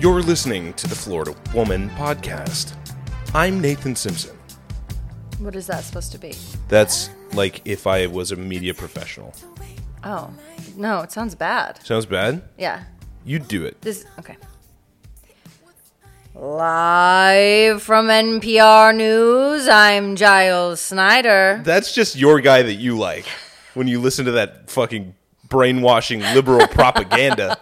You're listening to the Florida Woman Podcast. I'm Nathan Simpson. What is that supposed to be? That's like if I was a media professional. Oh, no, it sounds bad. Sounds bad? Yeah. You do it. This okay. Live from NPR News, I'm Giles Snyder. That's just your guy that you like when you listen to that fucking brainwashing liberal propaganda.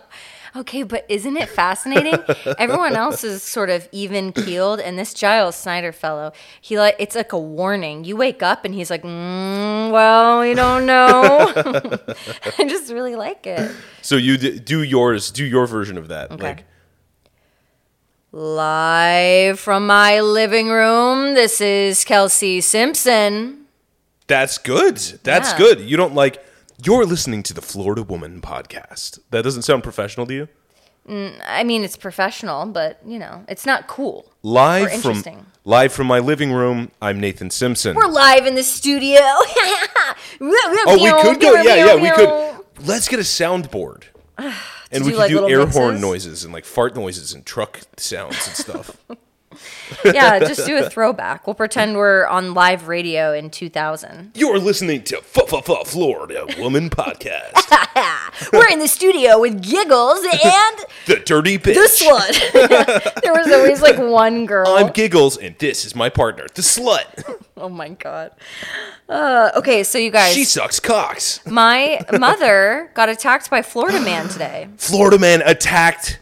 Okay, but isn't it fascinating? Everyone else is sort of even keeled, and this Giles Snyder fellow, he like it's like a warning. You wake up and he's like, mm, "Well, we don't know." I just really like it. So you d- do yours, do your version of that. Like Live from my living room, this is Kelsey Simpson. that's good. That's Yeah. good. You don't like you're listening to the Florida Woman Podcast. That doesn't sound professional to you? I mean, it's professional, but you know, it's not cool. Live from interesting. live from my living room, I'm Nathan Simpson. We're live in the studio. oh, Oh, we could go. Yeah, yeah, we could. Let's get a soundboard. and we To do, could like, do little air horn mixes? noises and like fart noises and truck sounds and stuff. yeah, just do a throwback. We'll pretend we're on live radio in 2000. You're listening to F F F Florida Woman Podcast, we're in the studio with giggles and The Dirty Bitch. this one. there was always like one girl. I'm Giggles, and this is my partner, the slut. oh my god. Uh, okay, so you guys, She sucks cocks. my mother got attacked by Florida man today. Florida man attacked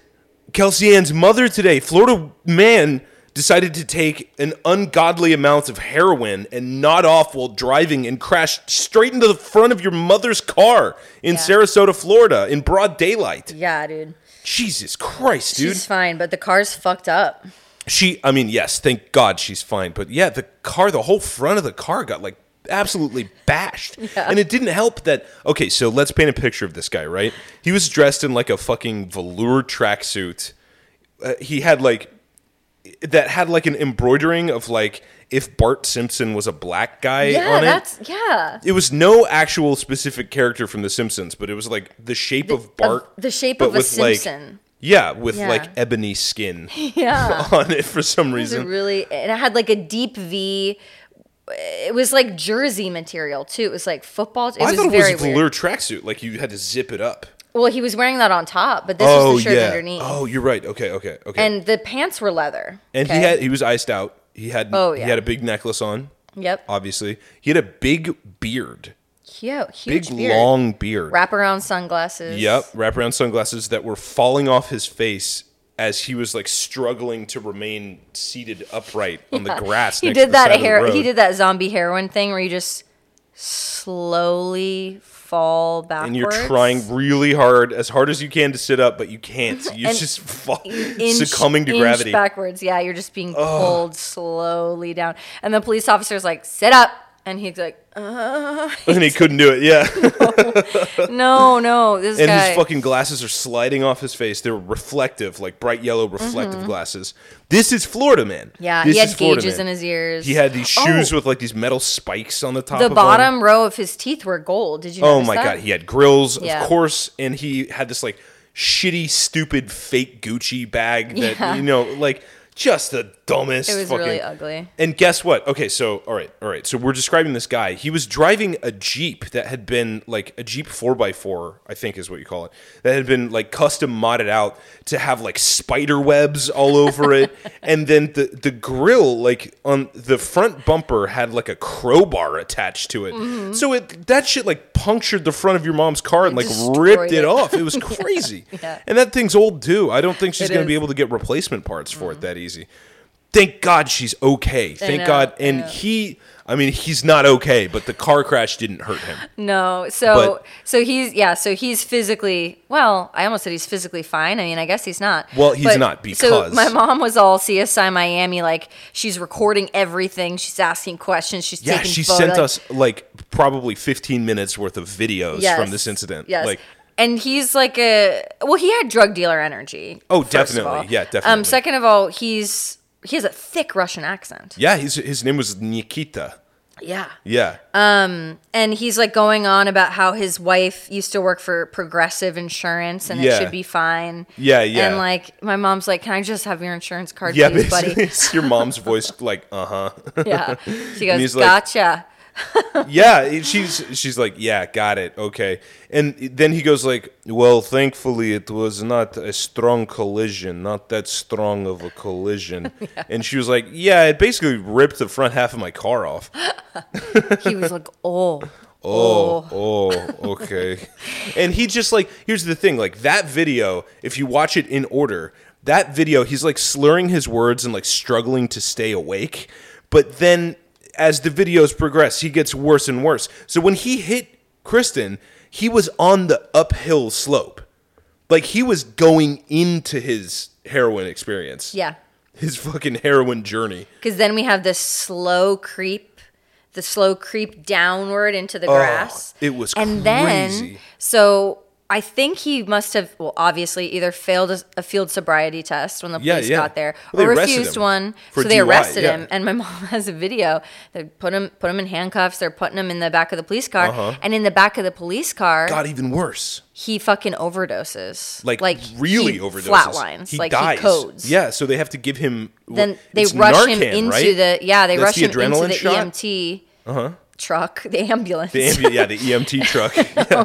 Kelsey Ann's mother today. Florida man decided to take an ungodly amount of heroin and nod off while driving and crashed straight into the front of your mother's car in Yeah. Sarasota, Florida, in broad daylight. Yeah, dude. Jesus Christ, dude. She's fine, but the car's fucked up. She, I mean, yes, thank God she's fine, but yeah, the car, the whole front of the car got like absolutely bashed. And it didn't help that, okay, so let's paint a picture of this guy, right? He was dressed in like a fucking velour tracksuit. Uh, he had like, that had like an embroidering of like, if Bart Simpson was a black guy Yeah, on it. that's yeah. it was no actual specific character from The Simpsons, but it was like the shape of Bart. the shape but of a with, like- Simpson. yeah, with Yeah. like ebony skin Yeah. on it for some It was a reason. really and it had like a deep V. It was like jersey material too. It was like football. It I was thought it was very a weird. velour tracksuit. Like you had to zip it up. Well, he was wearing that on top, but this was the shirt underneath. Oh, you're right. Okay, okay, okay. And, And the pants were leather. he okay? had he was iced out. He had Oh, he yeah. had a big necklace on. yep, Obviously, he had a big beard, cute, huge big beard. long beard. wraparound sunglasses. Yep, wraparound sunglasses that were falling off his face as he was like struggling to remain seated upright on the grass. He next to did the side that of the hair. He road. did that zombie heroin thing where you just slowly fall backwards. and you're trying really hard, as hard as you can, to sit up, but you can't. You're And just fall, inch- succumbing to inch gravity. backwards. Yeah, you're just being pulled slowly down. And the police officer's like, "Sit up," and he's like, uh, and he couldn't do it. Yeah. "No, no, this and guy." his fucking glasses are sliding off his face. They're reflective, like bright yellow reflective glasses. This is Florida man. Mm-hmm. yeah, this he had is Florida gauges man. in his ears. He had these Oh, shoes with like these metal spikes on the top. the of bottom Them. row of his teeth were gold. Did you? Oh notice my that? god, he had grills, Yeah. of course, and he had this like shitty, stupid, fake Gucci bag that Yeah. you know, like just the dumbest. It was fucking... really ugly. And guess what? Okay, so all right, all right. So we're describing this guy. He was driving a Jeep that had been like a Jeep 4x4, I think is what you call it. That had been like custom modded out to have like spider webs all over it. and then the the grill like on the front bumper had like a crowbar attached to it. Mm-hmm. So it that shit like punctured the front of your mom's car and like destroyed ripped it, it. off. It was crazy. Yeah. And that thing's old too. I don't think she's It going to be is. able to get replacement parts for it that easy thank God she's okay. Thank know, God. I And know. he, I mean, he's not okay, but the car crash didn't hurt him. No, so But- so he's yeah, so he's physically well. I almost said he's physically fine. I mean, I guess he's not. Well, he's not so because- my mom was all CSI Miami, like she's recording everything, she's asking questions, she's Yeah, taking she photo- sent like- us like probably 15 minutes worth of videos Yes, from this incident. Yes, Like, and he's like a well, he had drug dealer energy. Oh, first of definitely. all. Yeah, definitely. Um, second of all, he's he has a thick Russian accent. yeah, his, his name was Nikita. Yeah. Yeah. Uh, And he's like going on about how his wife used to work for Progressive Insurance and Yeah. it should be fine. Yeah, yeah. And like my mom's like, "Can I just have your insurance card, yeah, please, basically, buddy?" it's your mom's voice, like, uh huh. yeah. She goes, he's like- "Gotcha." yeah, it- she's she's like, yeah, got it, okay. And then he goes like, well, thankfully it was not a strong collision, not that strong of a collision. And she was like, yeah, it basically ripped the front half of my car off. he was like, "Oh." Oh, oh, okay. and he just like, here's the thing, like that video, if you watch it in order, that video, he's like slurring his words and like struggling to stay awake. But then as the videos progress, he gets worse and worse. So when he hit Kristen, he was on the uphill slope. Like he was going into his heroin experience. Yeah. His fucking heroin journey. Because then we have this slow creep, the slow creep downward into the grass. Oh, it was and then crazy. so I think he must have well, obviously either failed a, a field sobriety test when the Yeah, police yeah. got there, Well, they or arrested refused him one, for so they DUI, arrested yeah. him. And my mom has a video. They put him put him in handcuffs. They're putting him in the back of the police car, Uh-huh. and in the back of the police car, Got even worse. he fucking overdoses. like, he really overdoses. flatlines. like he codes. Yeah, so they have to give him. then they it's rush him Narcan, into right? the yeah they That's rush the him into adrenaline the shot? Uh-huh. EMT truck the ambulance The ambu- yeah, the EMT truck.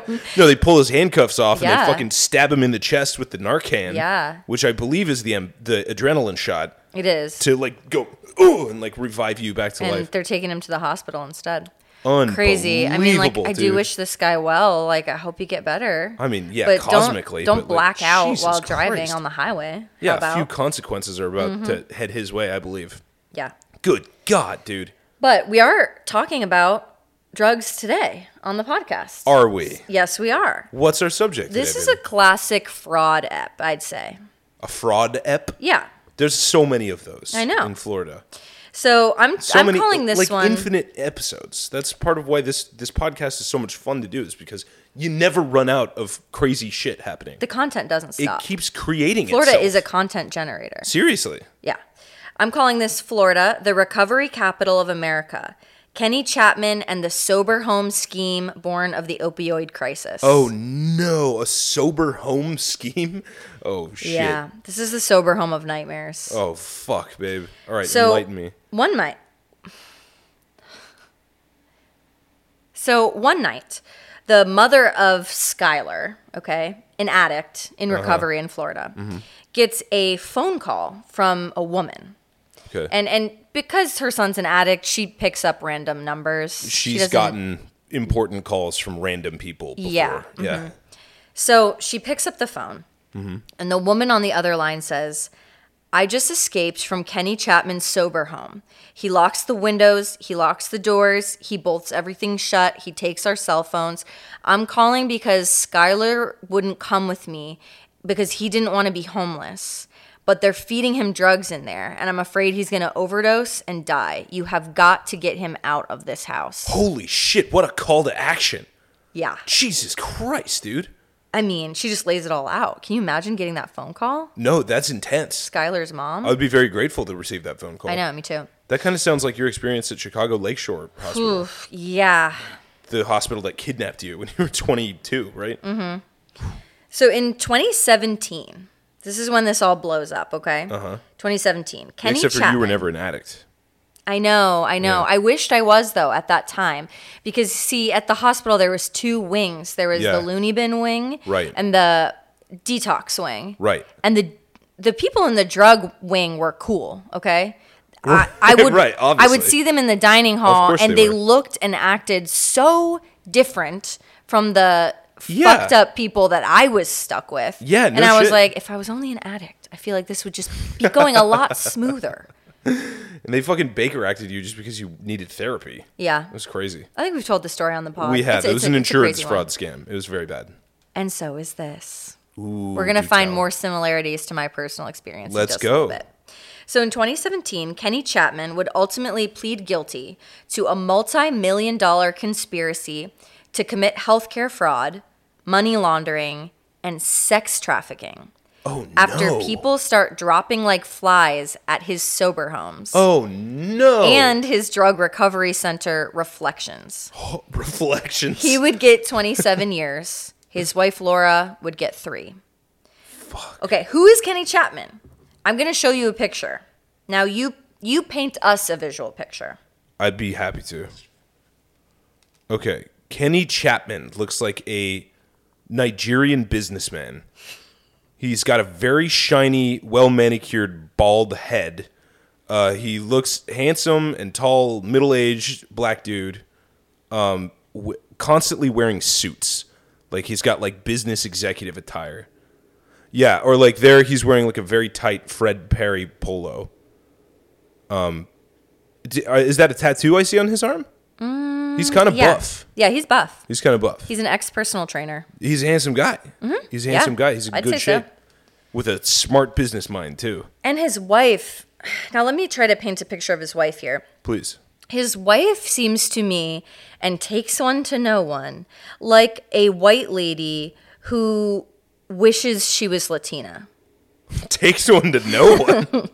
Yeah. No, they pull his handcuffs off Yeah. and they fucking stab him in the chest with the Narcan. Yeah. which I believe is the am- the adrenaline shot it is to like go ooh and like revive you back to and life. they're taking him to the hospital instead Unbelievable, crazy I mean like I do dude. wish this guy well like I hope you get better I mean, yeah, but cosmically, don't, don't but, like, black out Jesus while driving Christ. on the highway How Yeah, about? Mm-hmm. a few consequences are about to head his way, I believe. yeah Good God, dude, but we are talking about drugs today on the podcast are we? yes we are What's our subject? this today, is a baby? classic fraud app I'd say a fraud ep. yeah There's so many of those. I know. in Florida. so I'm so I'm many calling this like one infinite episodes. That's part of why this this podcast is so much fun to do is because you never run out of crazy shit happening. the content doesn't it stop. keeps creating. Florida itself. is a content generator. seriously. Yeah. I'm calling this Florida the recovery capital of America. Kenny Chapman and the sober home scheme born of the opioid crisis. Oh no, a sober home scheme. Oh shit. yeah. This is the sober home of nightmares. Oh fuck, babe. All right, so enlighten me. One night. So one night, the mother of Skylar, okay, an addict in Uh-huh. recovery in Florida, Mm-hmm. gets a phone call from a woman. Okay. and and because her son's an addict, she picks up random numbers. She She's doesn't- gotten important calls from random people. Before. Yeah, Mm-hmm. Yeah. So she picks up the phone, and the woman on the other line says, "I just escaped from Kenny Chapman's sober home. He locks the windows, he locks the doors, he bolts everything shut, he takes our cell phones. I'm calling because Skylar wouldn't come with me because he didn't want to be homeless." But they're feeding him drugs in there, and I'm afraid he's gonna overdose and die. You have got to get him out of this house. Holy shit! What a call to action. Yeah. Jesus Christ, dude. I mean, she just lays it all out. Can you imagine getting that phone call? No, that's intense. Skylar's mom. I would be very grateful to receive that phone call. I know, me too. That kind of sounds like your experience at Chicago Lakeshore Hospital, Oof, yeah. the hospital that kidnapped you when you were 22, right? Mm-hmm. So in 2017, this is when this all blows up, okay? Uh-huh. 2017. Kenny Except for Chapman. you were never an addict. I know, I know. I wished I was though at that time because see, at the hospital there was two wings. There was Yeah. the loony bin wing Right. and the detox wing. Right. And the the people in the drug wing were cool, okay? I, I would Right, I would obviously. see them in the dining hall course and they they, were. looked and acted so different from the Yeah. fucked up people that I was stuck with. Yeah, and no I was shit. like, if I was only an addict, I feel like this would just be going a lot smoother. And they fucking Baker acted you just because you needed therapy. Yeah. It was crazy. I think we've told the story on the pod. We It's had. a- It was it's a- an it's a crazy insurance one. fraud scam. It was very bad. And so is this. Ooh, We're going to do find tell. more similarities to my personal experience. in Let's just a little go. bit. So in 2017, Kenny Chapman would ultimately plead guilty to a multi million dollar conspiracy to commit healthcare fraud, money laundering, and sex trafficking. Oh, after no. people start dropping like flies at his sober homes Oh no! and his drug recovery center reflections. reflections. He would get 27 years. His wife Laura would get 3. Okay, who is Kenny Chapman? I'm going to show you a picture. Now you you paint us a visual picture. I'd be happy to. Okay, Kenny Chapman looks like a Nigerian businessman. He's got a very shiny, well manicured, bald head. Uh, he looks handsome and tall, middle aged black dude. Um, w- constantly wearing suits, like he's got like business executive attire. Yeah, or like there he's wearing like a very tight Fred Perry polo. Um, D- uh, Is that a tattoo I see on his arm? he's kind of Yeah. buff. Yeah, he's buff. He's kind of buff. He's an ex-personal trainer. He's a handsome guy. He's a handsome Mm-hmm. Yeah, guy. He's in I'd say good so. shape. With a smart business mind, too. And his wife Now let me try to paint a picture of his wife here. Please. His wife seems to me, and takes one to know one, like a white lady who wishes she was Latina. Takes one to know one.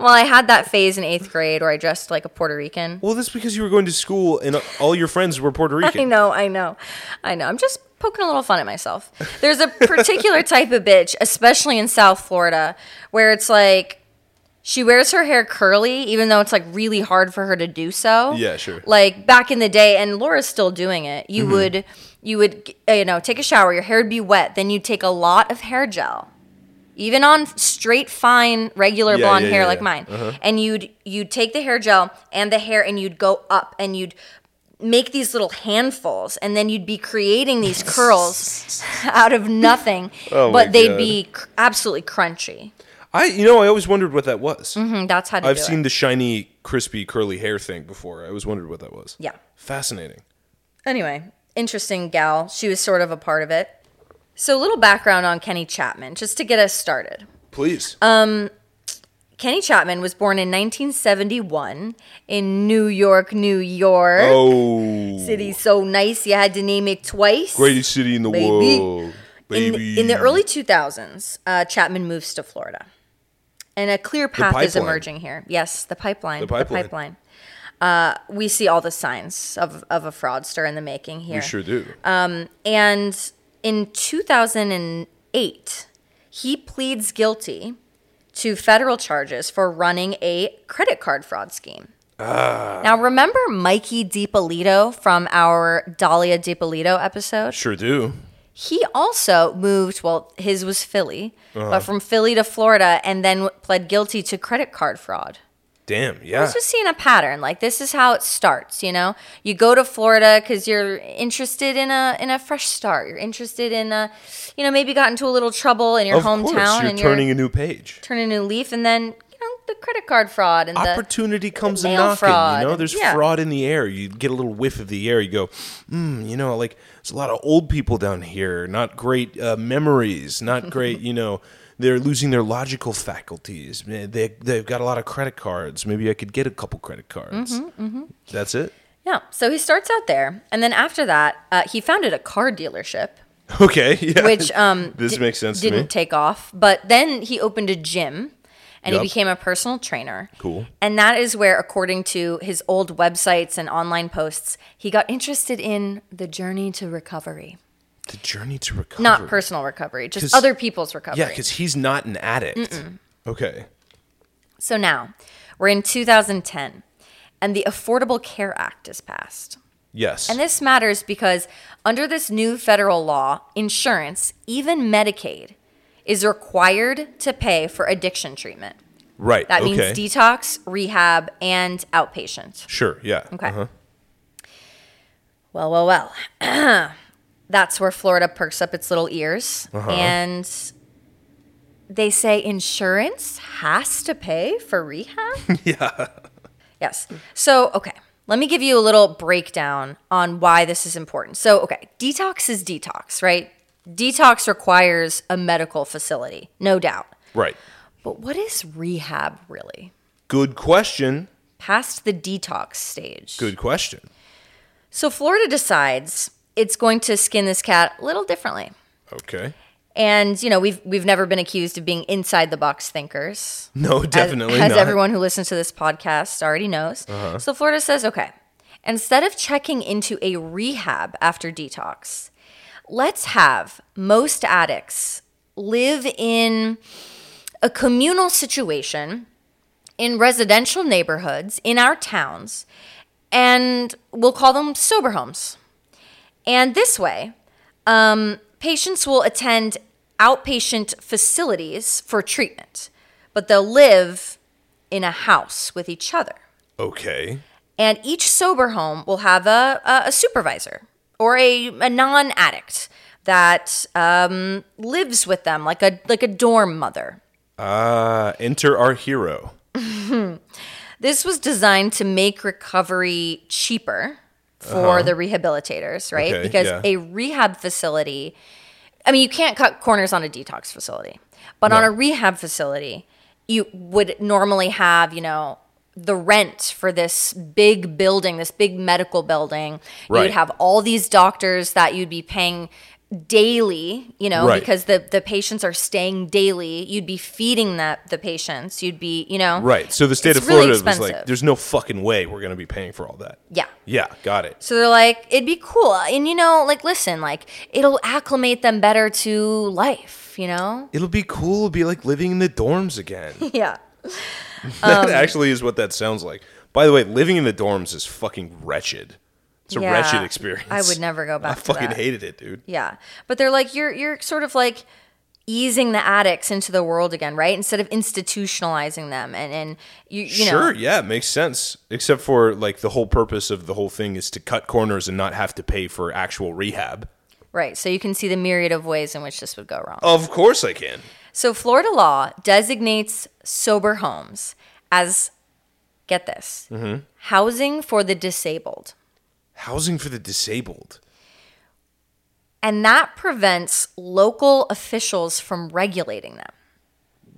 Well, I had that phase in eighth grade where I dressed like a Puerto Rican. well, that's because you were going to school and all your friends were Puerto I Rican. know, I know, I know. I'm just poking a little fun at myself. There's a particular type of bitch, especially in South Florida, where it's like she wears her hair curly, even though it's like really hard for her to do so. Yeah, sure. Mm-hmm. Like back in the day, and Laura's still doing it. You would, you would, uh, you know, take a shower. Your hair would be wet. Then you would take a lot of hair gel. Even on straight, fine, regular Yeah, blonde yeah, hair yeah, like yeah. mine, and you'd you'd take the hair gel and the hair, and you'd go up, and you'd make these little handfuls and then you'd be creating these curls out of nothing Oh my but they'd God. be cr- absolutely crunchy I, you know, I always wondered what that was. Mm, that's how to I've do seen it the shiny, crispy, curly hair thing before. I always wondered what that was. yeah Fascinating. anyway interesting gal she was sort of a part of it so a little background on kenny chapman just to get us started Please. Um, kenny chapman was born in 1971 in new york new york oh, city so nice you had to name it twice greatest city in the Baby. world. in, Baby. in the early 2000s, uh, Chapman moves to Florida. And a clear path is pipeline. emerging here. Yes, the pipeline. The pipeline. pipeline. Uh, we see all the signs of, of a fraudster in the making here. we sure do. Uh, And in 2008, he pleads guilty to federal charges for running a credit card fraud scheme. Ah. Now, remember Mikey DiPolito from our Dahlia DiPolito episode? sure do. he also moved well his was philly Uh-huh. but from philly to florida and then pled guilty to credit card fraud Damn. Yeah. just seeing a pattern like this is how it starts you know you go to florida because you're interested in a in a fresh start you're interested in a you know maybe got into a little trouble in your of hometown course, you're and turning you're a new page. turning a new leaf and then you know the credit card fraud and the opportunity comes a mail knocking. fraud You know, and- there's yeah. fraud in the air. You get a little whiff of the air. You go, mm, you know, like there's a lot of old people down here. Not great uh, memories. Not great. you know, they're losing their logical faculties. They they've got a lot of credit cards. Maybe I could get a couple credit cards. Mm-hmm, That's it. yeah so he starts out there and then after that uh, he founded a car dealership Okay. Yeah. which um this di- makes sense to didn't me. take off but then he opened a gym and Yup. he became a personal trainer Cool. and that is where according to his old websites and online posts he got interested in the journey to recovery the journey to recovery. not personal recovery 'Cause- just other people's recovery Yeah, because he's not an addict. Okay. so now we're in 2010 and the affordable care act is passed Yes. And this matters because under this new federal law, insurance, even Medicaid, is required to pay for addiction treatment. right. That okay. means detox, rehab, and outpatient. Sure. Yeah. Okay. Uh-huh. Well, well, well. That's where Florida perks up its little ears. Uh-huh. And they say insurance has to pay for rehab? Yeah. Yes. So, okay, let me give you a little breakdown on why this is important. So, okay, detox is detox, right? Detox requires a medical facility, no doubt. Right. But what is rehab really? Good question. Past the detox stage. Good question. So, Florida decides it's going to skin this cat a little differently. Okay. And you know, we've we've never been accused of being inside the box thinkers. No, as- definitely as, not. Uh-huh. everyone who listens to this podcast already knows. So Florida says, okay, instead of checking into a rehab after detox, let's have most addicts live in a communal situation in residential neighborhoods in our towns, and we'll call them sober homes. And this way, um, patients will attend outpatient facilities for treatment, but they'll live in a house with each other. Okay. And each sober home will have a, a, a supervisor or a, a non addict that um, lives with them, like a, like a dorm mother. Uh, enter our hero. This was designed to make recovery cheaper for the rehabilitators, right? Uh-huh. Okay, because yeah. a rehab facility, I mean, you can't cut corners on a detox facility, but on a rehab facility, you would normally have, you know, the rent for this big building, this big medical building. You Right. would have all these doctors that you'd be paying daily, you know, Right. because the, the patients are staying daily. You'd be feeding that the patients. You'd be, you know, Right. So the state It's of really Florida was like, expensive. there's no fucking way we're going to be paying for all that. Yeah. Yeah, got it. So they're like, it'd be cool. And you know, like, listen, like, it'll acclimate them better to life, you know? It'll be cool. It'll be like living in the dorms again. Yeah. Um, that actually is what that sounds like. By the way, living in the dorms is fucking wretched. It's a Yeah. wretched experience. I would never go I back to fucking that. hated it, dude. Yeah. But they're like, you're, you're sort of like easing the addicts into the world again, right? Instead of institutionalizing them. And, and you, you sure, know, yeah, it makes sense. Except for like the whole purpose of the whole thing is to cut corners and not have to pay for actual rehab. right. So you can see the myriad of ways in which this would go wrong. Of course I can. So Florida law designates sober homes as, get this, Mm-hmm. housing for the disabled. Housing for the disabled. and that prevents local officials from regulating them.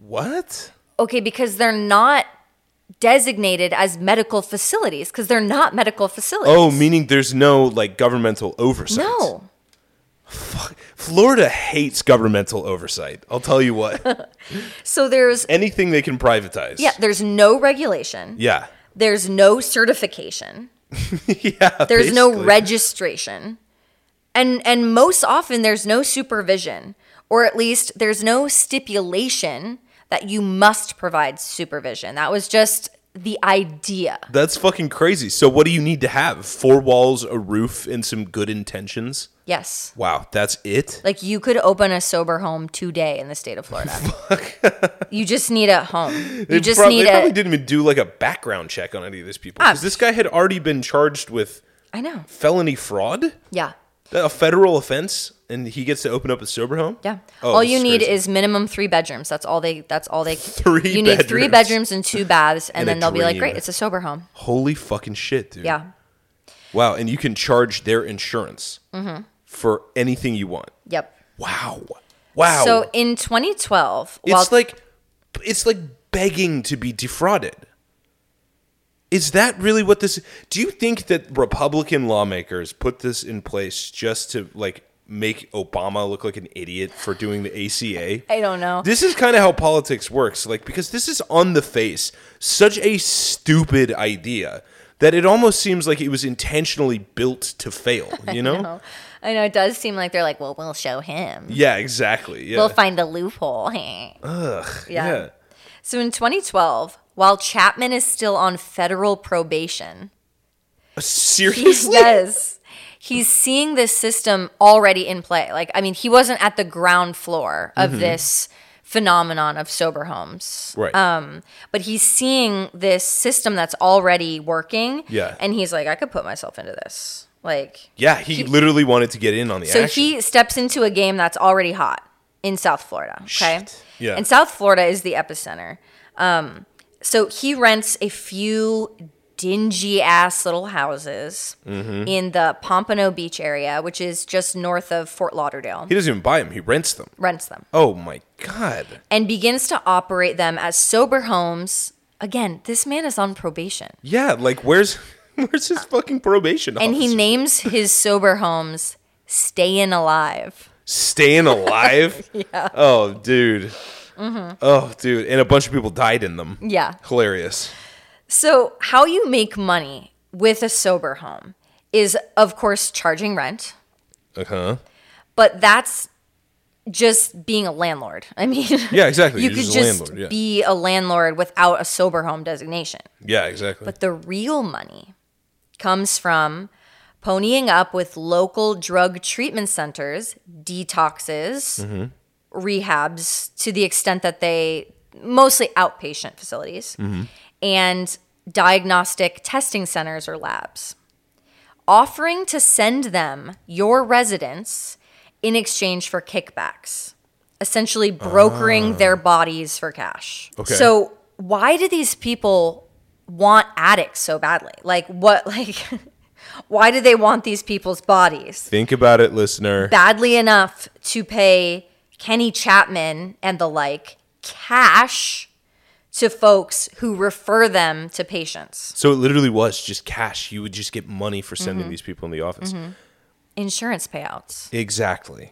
What? Okay, because they're not designated as medical facilities because they're not medical facilities. Oh, meaning there's no like governmental oversight. no. Florida hates governmental oversight. I'll tell you what. So there's Anything they can privatize. yeah, there's no regulation. Yeah. There's no certification. yeah. There's no basically. registration. And and most often there's no supervision or at least there's no stipulation that you must provide supervision. That was just the idea. That's fucking crazy. So what do you need to have? Four walls, a roof, and some good intentions? Yes. Wow, that's it? Like you could open a sober home today in the state of Florida. you just need a home. You They, just prob- need they probably a. didn't even do like a background check on any of these people. Because Ah. this guy had already been charged with I know. felony fraud? Yeah. A federal offense? And he gets to open up a sober home? Yeah. Oh, all this you is need crazy. is minimum three bedrooms. That's all they. That's all they. Three You need three bedrooms. bedrooms and two baths, and, And a then they'll be like, dream. "Great, it's a sober home." Holy fucking shit, dude. Yeah. Wow, and you can charge their insurance Mm-hmm. for anything you want. Yep. Wow. Wow. So in 2012, it's while like it's like begging to be defrauded. Is that really what this Do you think that Republican lawmakers put this in place just to like make Obama look like an idiot for doing the ACA? I don't know. This is kind of how politics works, like because this is on the face such a stupid idea that it almost seems like it was intentionally built to fail, you know? I know it does seem like they're like, "Well, we'll show him. Yeah, exactly. Yeah. Uh, We'll find a loophole." yeah. So in 2012, while Chapman is still on federal probation, Seriously? yes. He's seeing this system already in play. Like, I mean, he wasn't at the ground floor of this phenomenon of sober homes. Mm-hmm. Right. Um, but he's seeing this system that's already working. Yeah. And he's like, I could put myself into this. Like, Yeah, he, literally wanted to get in on the so action. he steps into a game that's already hot in South Florida. Okay. Shit. Yeah. And South Florida is the epicenter. Um, so he rents a few dingy ass little houses Mm-hmm. in the Pompano Beach area, which is just north of Fort Lauderdale. He doesn't even buy them, he rents them. Rents them Oh my god. and begins to operate them as sober homes. Again, this man is on probation. Yeah, like where's where's his fucking probation And he officer? names his sober homes Stayin' Alive. staying alive. yeah. Oh, dude. Oh, dude. And a bunch of people died in them. Mm-hmm. Yeah. Hilarious. So, how you make money with a sober home is, of course, charging rent, Uh huh. but that's just being a landlord. I mean, Yeah, exactly. you You're could just just, a landlord, yeah. be a landlord without a sober home designation. Yeah, exactly. But the real money comes from ponying up with local drug treatment centers, detoxes, Mm-hmm. rehabs to the extent that they mostly outpatient facilities, Mm-hmm. and diagnostic testing centers or labs, offering to send them your residents in exchange for kickbacks, essentially brokering their bodies for cash. Okay. So, why do these people want addicts so badly? Like what like why do they want these people's bodies Think about it, listener. badly enough to pay Kenny Chapman and the like cash to folks who refer them to patients? so it literally was just cash. You would just get money for sending Mm-hmm. these people in the office. Insurance payouts. Exactly.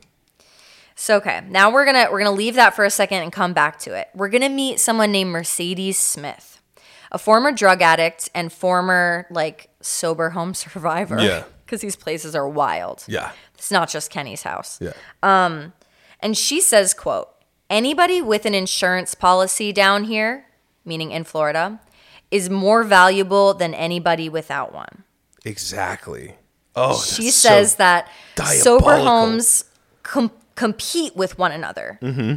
So okay, now we're gonna we're gonna leave that for a second and come back to it. We're gonna meet someone named Mercedes Smith, a former drug addict and former like sober home survivor. Yeah. Because these places are wild. Yeah. It's not just Kenny's house. Yeah. And she says, quote, anybody with an insurance policy down here, meaning in Florida, is more valuable than anybody without one. Exactly. Oh, She that's so- says that sober diabolical. homes com- compete with one another Mm-hmm.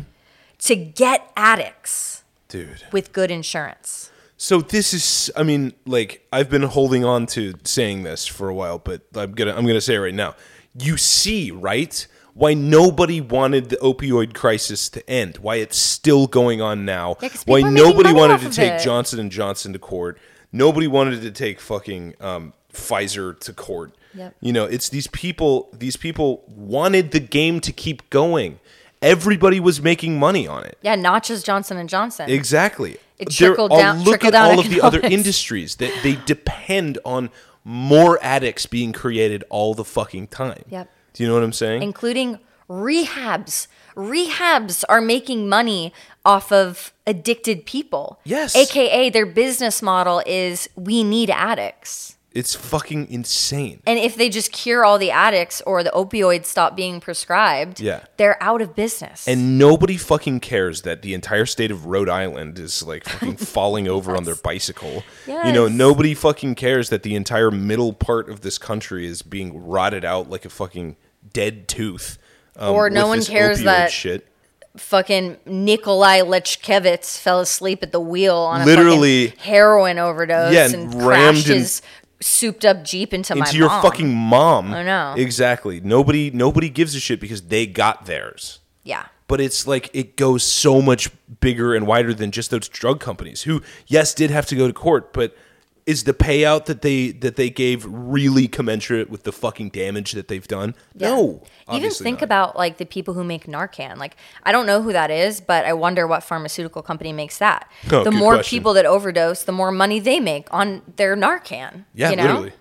to get addicts dude. with good insurance. So this is, I mean, like I've been holding on to saying this for a while, but I'm gonna, I'm gonna say it right now. You see, right? Why nobody wanted the opioid crisis to end? Why it's still going on now? 'cause people why are making nobody money wanted off to of take it. Johnson and Johnson to court? Nobody wanted to take fucking um, Pfizer to court. Yep. You know, it's these people. These people wanted the game to keep going. Everybody was making money on it. Yeah, not just Johnson and Johnson. Exactly. It There- trickled I'll down- Look trickled at down all of the other economics. industries that they depend on more addicts being created all the fucking time. Yep. Do you know what I'm saying? including rehabs. Rehabs are making money off of addicted people. Yes. AKA their business model is we need addicts. it's fucking insane. And if they just cure all the addicts or the opioids stop being prescribed, Yeah. they're out of business. And nobody fucking cares that the entire state of Rhode Island is like fucking falling over on their bicycle. You know, Yes. nobody fucking cares that the entire middle part of this country is being rotted out like a fucking dead tooth. um, Or no with one this cares opioid that- shit. fucking Nikolai Lechkevitz fell asleep at the wheel on a Literally- fucking heroin overdose Yeah, and rammed crashed in- his souped up Jeep into, my into your mom. fucking mom. I know. Exactly. Nobody nobody gives a shit because they got theirs. Yeah. But it's like it goes so much bigger and wider than just those drug companies who yes did have to go to court, but is the payout that they that they gave really commensurate with the fucking damage that they've done? Yeah. No. Even obviously think not. about like the people who make Narcan. Like I don't know who that is, but I wonder what pharmaceutical company makes that. Oh, the good more question. people that overdose, the more money they make on their Narcan. Yeah, you know? literally.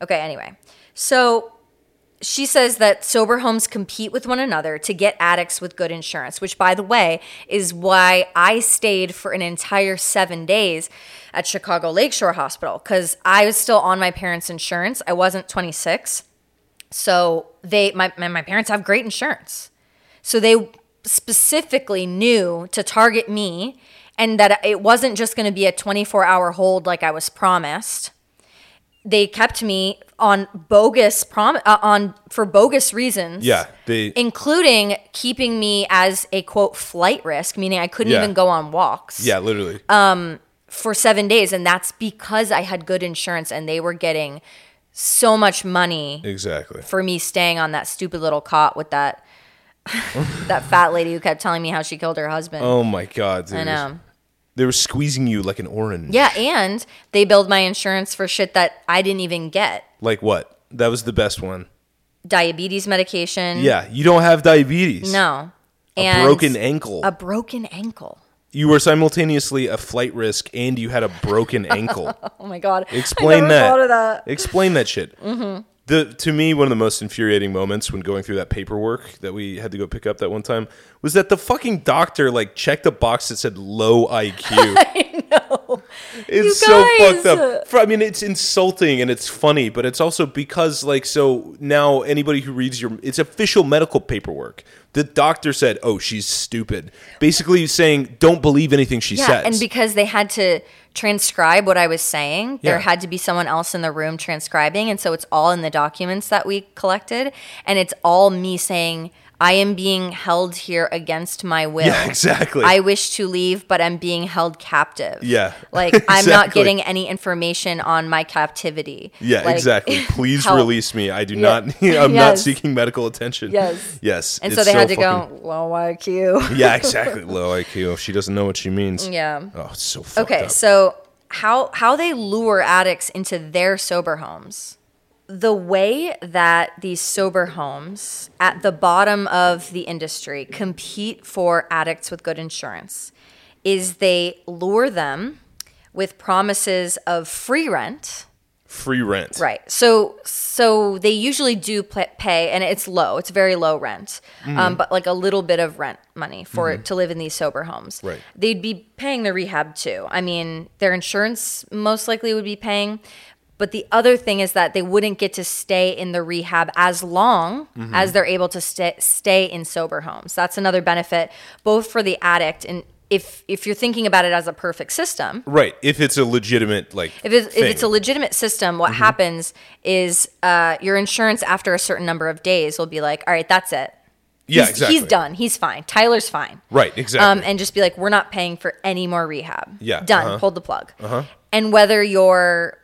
Okay, anyway. So she says that sober homes compete with one another to get addicts with good insurance, which, by the way, is why I stayed for an entire seven days at Chicago Lakeshore Hospital because I was still on my parents' insurance. I wasn't 26. So they, my, my my parents have great insurance. So they specifically knew to target me and that it wasn't just going to be a 24 hour hold like I was promised they kept me on bogus prom uh, on for bogus reasons. Yeah. They Including keeping me as a quote flight risk, meaning I couldn't Yeah. even go on walks Yeah, literally. Um, for seven days. And that's because I had good insurance and they were getting so much money exactly. for me staying on that stupid little cot with that that fat lady who kept telling me how she killed her husband. Oh my god, dude. I know. They were squeezing you like an orange. Yeah, and they billed my insurance for shit that I didn't even get. Like what? That was the best one. Mm-hmm. Diabetes medication. Yeah, you don't have diabetes. No. A broken ankle. a broken ankle. you were simultaneously a flight risk and you had a broken ankle. Oh my god! Explain I never that. Thought of that. Explain that shit. Mm-hmm. the to me one of the most infuriating moments when going through that paperwork that we had to go pick up that one time was that the fucking doctor like checked a box that said low IQ. I know. It's You so guys. fucked up. For- I mean, it's insulting and it's funny, but it's also because like so now anybody who reads your it's official medical paperwork. The doctor said, "Oh, she's stupid," basically saying, "Don't believe anything she Yeah, says." and because they had to transcribe what I was saying, there Yeah. had to be someone else in the room transcribing, and so it's all in the documents that we collected, and it's all me saying I am being held here against my will. yeah, exactly. I wish to leave, but I'm being held captive. Yeah, Like I'm not exactly. getting any information on my captivity. yeah, Like, exactly. Please help. release me. I do not. I'm not Yes. seeking medical attention. Yes. Yes. And it's so they had to fucking- go low IQ. yeah, exactly. Low IQ. She doesn't know what she means. yeah. Oh, it's so fucked Okay, up. so how how they lure addicts into their sober homes? The way that these sober homes at the bottom of the industry compete for addicts with good insurance is they lure them with promises of free rent. Free rent. Right. So so they usually do pla- pay, and it's low. It's very low rent, Mm-hmm. um, but like a little bit of rent money for to live in these sober homes. Right. They'd be paying the rehab too. I mean, their insurance most likely would be paying. But the other thing is that they wouldn't get to stay in the rehab as long Mm-hmm. as they're able to stay stay in sober homes. That's another benefit, both for the addict and if if you're thinking about it as a perfect system, Right. If it's a legitimate like. if it's, if thing. Mm-hmm. it's a legitimate system, what happens is uh, your insurance after a certain number of days will be like, all right, that's it. yeah, he's, exactly. he's done. He's fine. Tyler's fine. Right. Exactly. Um, and just be like, we're not paying for any more rehab. Yeah, Done. uh-huh. Hold the plug. And whether you're,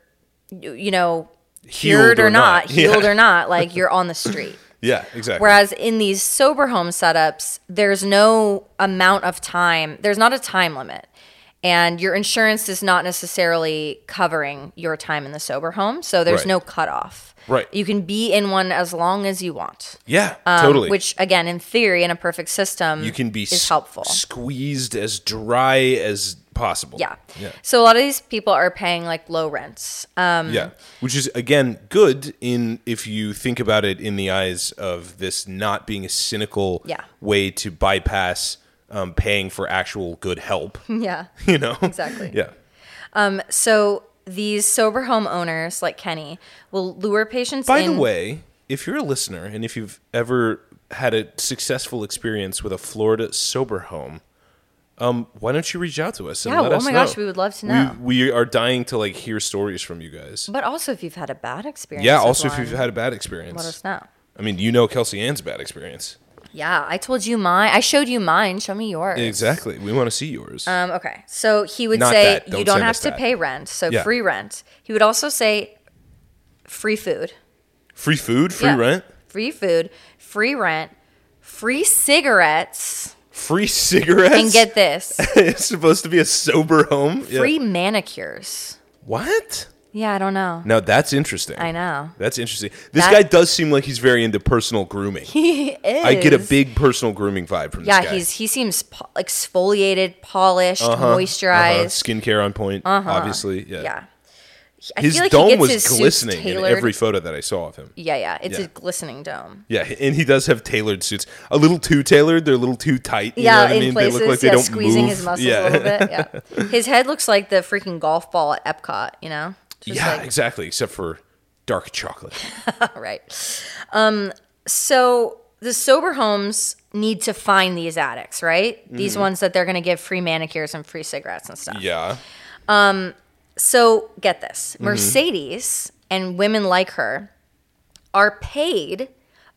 you you know, Healed cured or, or not, not. Yeah. healed or not, like you're on the street. yeah. Exactly. Whereas in these sober home setups, there's no amount of time, there's not a time limit. And your insurance is not necessarily covering your time in the sober home. So there's Right. no cutoff. Right. You can be in one as long as you want. yeah. Um, totally. Which, again, in theory, in a perfect system, you can be is s- helpful. squeezed as dry as possible. yeah. Yeah. So a lot of these people are paying like low rents. Um, Yeah, Mm-hmm. which is again good in if you think about it in the eyes of this not being a cynical Yeah. way to bypass um, paying for actual good help. yeah. You know Exactly. Yeah, So these sober home owners, like Kenny, will lure patients By in. the way, if you're a listener and if you've ever had a successful experience with a Florida sober home, um, why don't you reach out to us? And Yeah, let oh us my know. gosh, we would love to We- know. We, are dying to like hear stories from you guys. But also, if you've had a bad experience. Yeah. with Also, if one, you've had a bad experience, let us know. I mean, you know Kelsey Ann's bad experience. Yeah, I told you mine. I showed you mine. Show me yours. Exactly. We want to see yours. Um, okay, so he would Not say that. you Don't don't send have us to that." pay rent, so Yeah. free rent. He would also say free food, free food, free Yeah. rent, free food, free rent, free cigarettes, free cigarettes. and get this, it's supposed to be a sober home. Yeah. free manicures. What? Yeah, I don't know. Now that's interesting. I know. That's interesting. This That- guy does seem like he's very into personal grooming. He is. I get a big personal grooming vibe from Yeah, this guy. he's he seems po- exfoliated, polished, uh moisturized. skincare on point. Obviously, Uh-huh. yeah. Uh-huh. Yeah. He- I His feel like he dome gets was his suits glistening in tailored. every photo that I saw of him. Yeah, yeah. It's Yeah. a glistening dome. Yeah, and he does have tailored suits. A little too tailored. They're a little too tight. You know yeah, what I in mean? places, they look like they yeah, don't squeezing move. his muscles yeah. a little bit. Yeah. his head looks like the freaking golf ball at Epcot, you know? Just yeah, like- exactly. Except for dark chocolate. right. Um, so the sober homes need to find these addicts, right? These Mm-hmm. ones that they're going to give free manicures and free cigarettes and stuff. yeah. So get this Mm-hmm. Mercedes and women like her are paid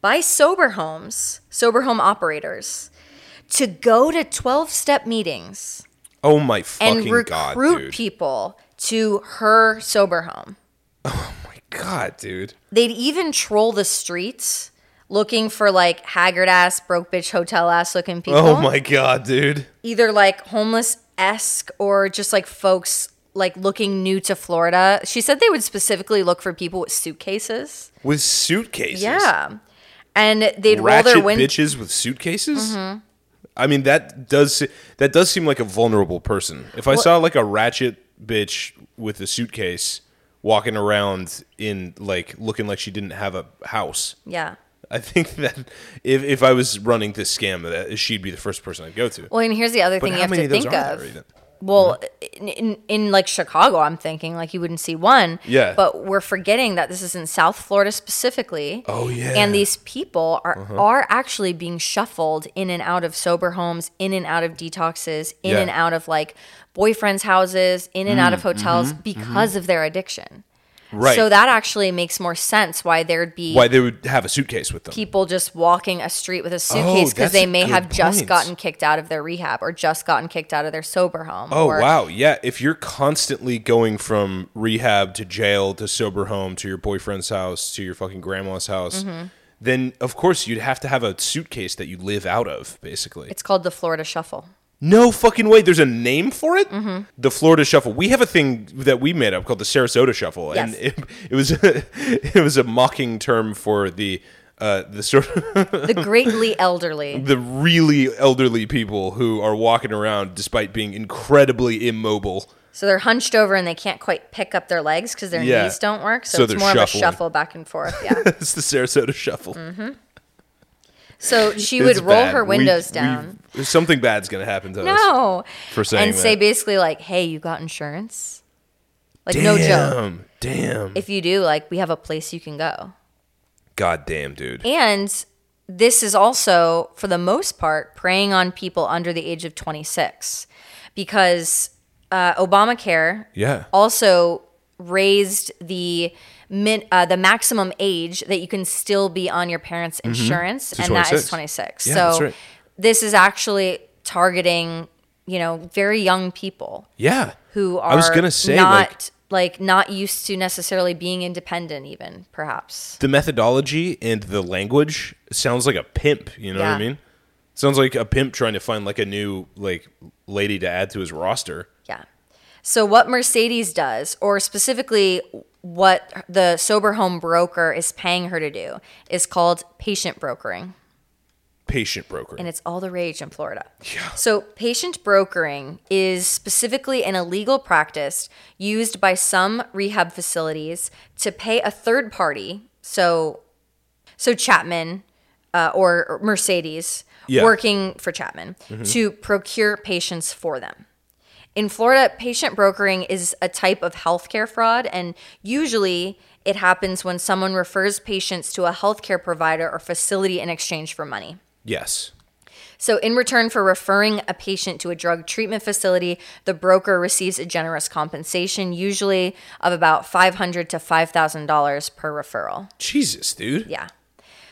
by sober homes, sober home operators, to go to 12 step meetings Oh my and fucking recruit god, dude. people to her sober home. my god, dude. They'd even troll the streets looking for like haggard ass, broke bitch, hotel ass looking people. Oh my god, dude. Either like homeless esque or just like folks like looking new to Florida. She said they would specifically look for people with suitcases. With suitcases. Yeah. And they'd roll Ratchet their window. bitches with suitcases? Mm-hmm. I mean that does that does seem like a vulnerable person. If I saw like a ratchet bitch with a suitcase walking around in like looking like she didn't have a house. Yeah. I think that if, if I was running this scam, that she'd be the first person I'd go to. Well, and here's the other But thing you how have many to of those think are there of. even? Well, in, in, in like Chicago, I'm thinking like you wouldn't see one. Yeah. But we're forgetting that this is in South Florida specifically. Oh, yeah. Uh-huh. And these people are are actually being shuffled in and out of sober homes, in and out of detoxes, in Yeah. Mm, mm-hmm, and out of like boyfriends' houses, in and out of hotels because of their addiction. Right. So that actually makes more sense why there'd be Why they would have a suitcase with them. people just walking a street with a suitcase because Oh, that's they a may good have just point. gotten kicked out of their rehab or just gotten kicked out of their sober home. Oh or, wow, yeah. If you're constantly going from rehab to jail to sober home to your boyfriend's house to your fucking grandma's house, Mm-hmm. then of course you'd have to have a suitcase that you live out of, basically. It's called the Florida Shuffle. no fucking way. There's a name for it. Mm-hmm. The Florida Shuffle. We have a thing that we made up called the Sarasota Shuffle, and Yes. it, it was it was a mocking term for the uh, the sort of The greatly elderly. the really elderly people who are walking around despite being incredibly immobile. So they're hunched over and they can't quite pick up their legs because their Yeah. knees don't work. So, So it's they're more shuffling. of a shuffle back and forth. Yeah. it's the Sarasota Shuffle. So she It's would roll bad. her We- windows we- down. something bad's gonna happen to us. No. for saying and say that. basically like, "Hey, you got insurance?" Like no joke. Damn. Damn. If you do, like we have a place you can go. God damn, dude. And this is also, for the most part, preying on people under the age of 26 because uh, Obamacare Yeah. also raised the min, uh, the maximum age that you can still be on your parents' insurance, Mm-hmm. To and that is 26. 26. Yeah, so that's right. this is actually targeting, you know, very young people Yeah. who are I was gonna say, not like- like not used to necessarily being independent, even perhaps. The methodology and the language sounds like a pimp. You know what I Yeah. mean? Sounds like a pimp trying to find like a new like lady to add to his roster. Yeah. So what Mercedes does, or specifically what the sober home broker is paying her to do, is called patient brokering, Patient broker. and it's all the rage in Florida. Yeah. So patient brokering is specifically an illegal practice used by some rehab facilities to pay a third party. So, so Chapman. Uh, or Mercedes Yeah. Mm-hmm. working for Chapman to procure patients for them. In Florida, patient brokering is a type of healthcare fraud, and usually it happens when someone refers patients to a healthcare provider or facility in exchange for money. yes. So, in return for referring a patient to a drug treatment facility, the broker receives a generous compensation, usually of about $500 to $5,000 per referral. Jesus, dude. Yeah.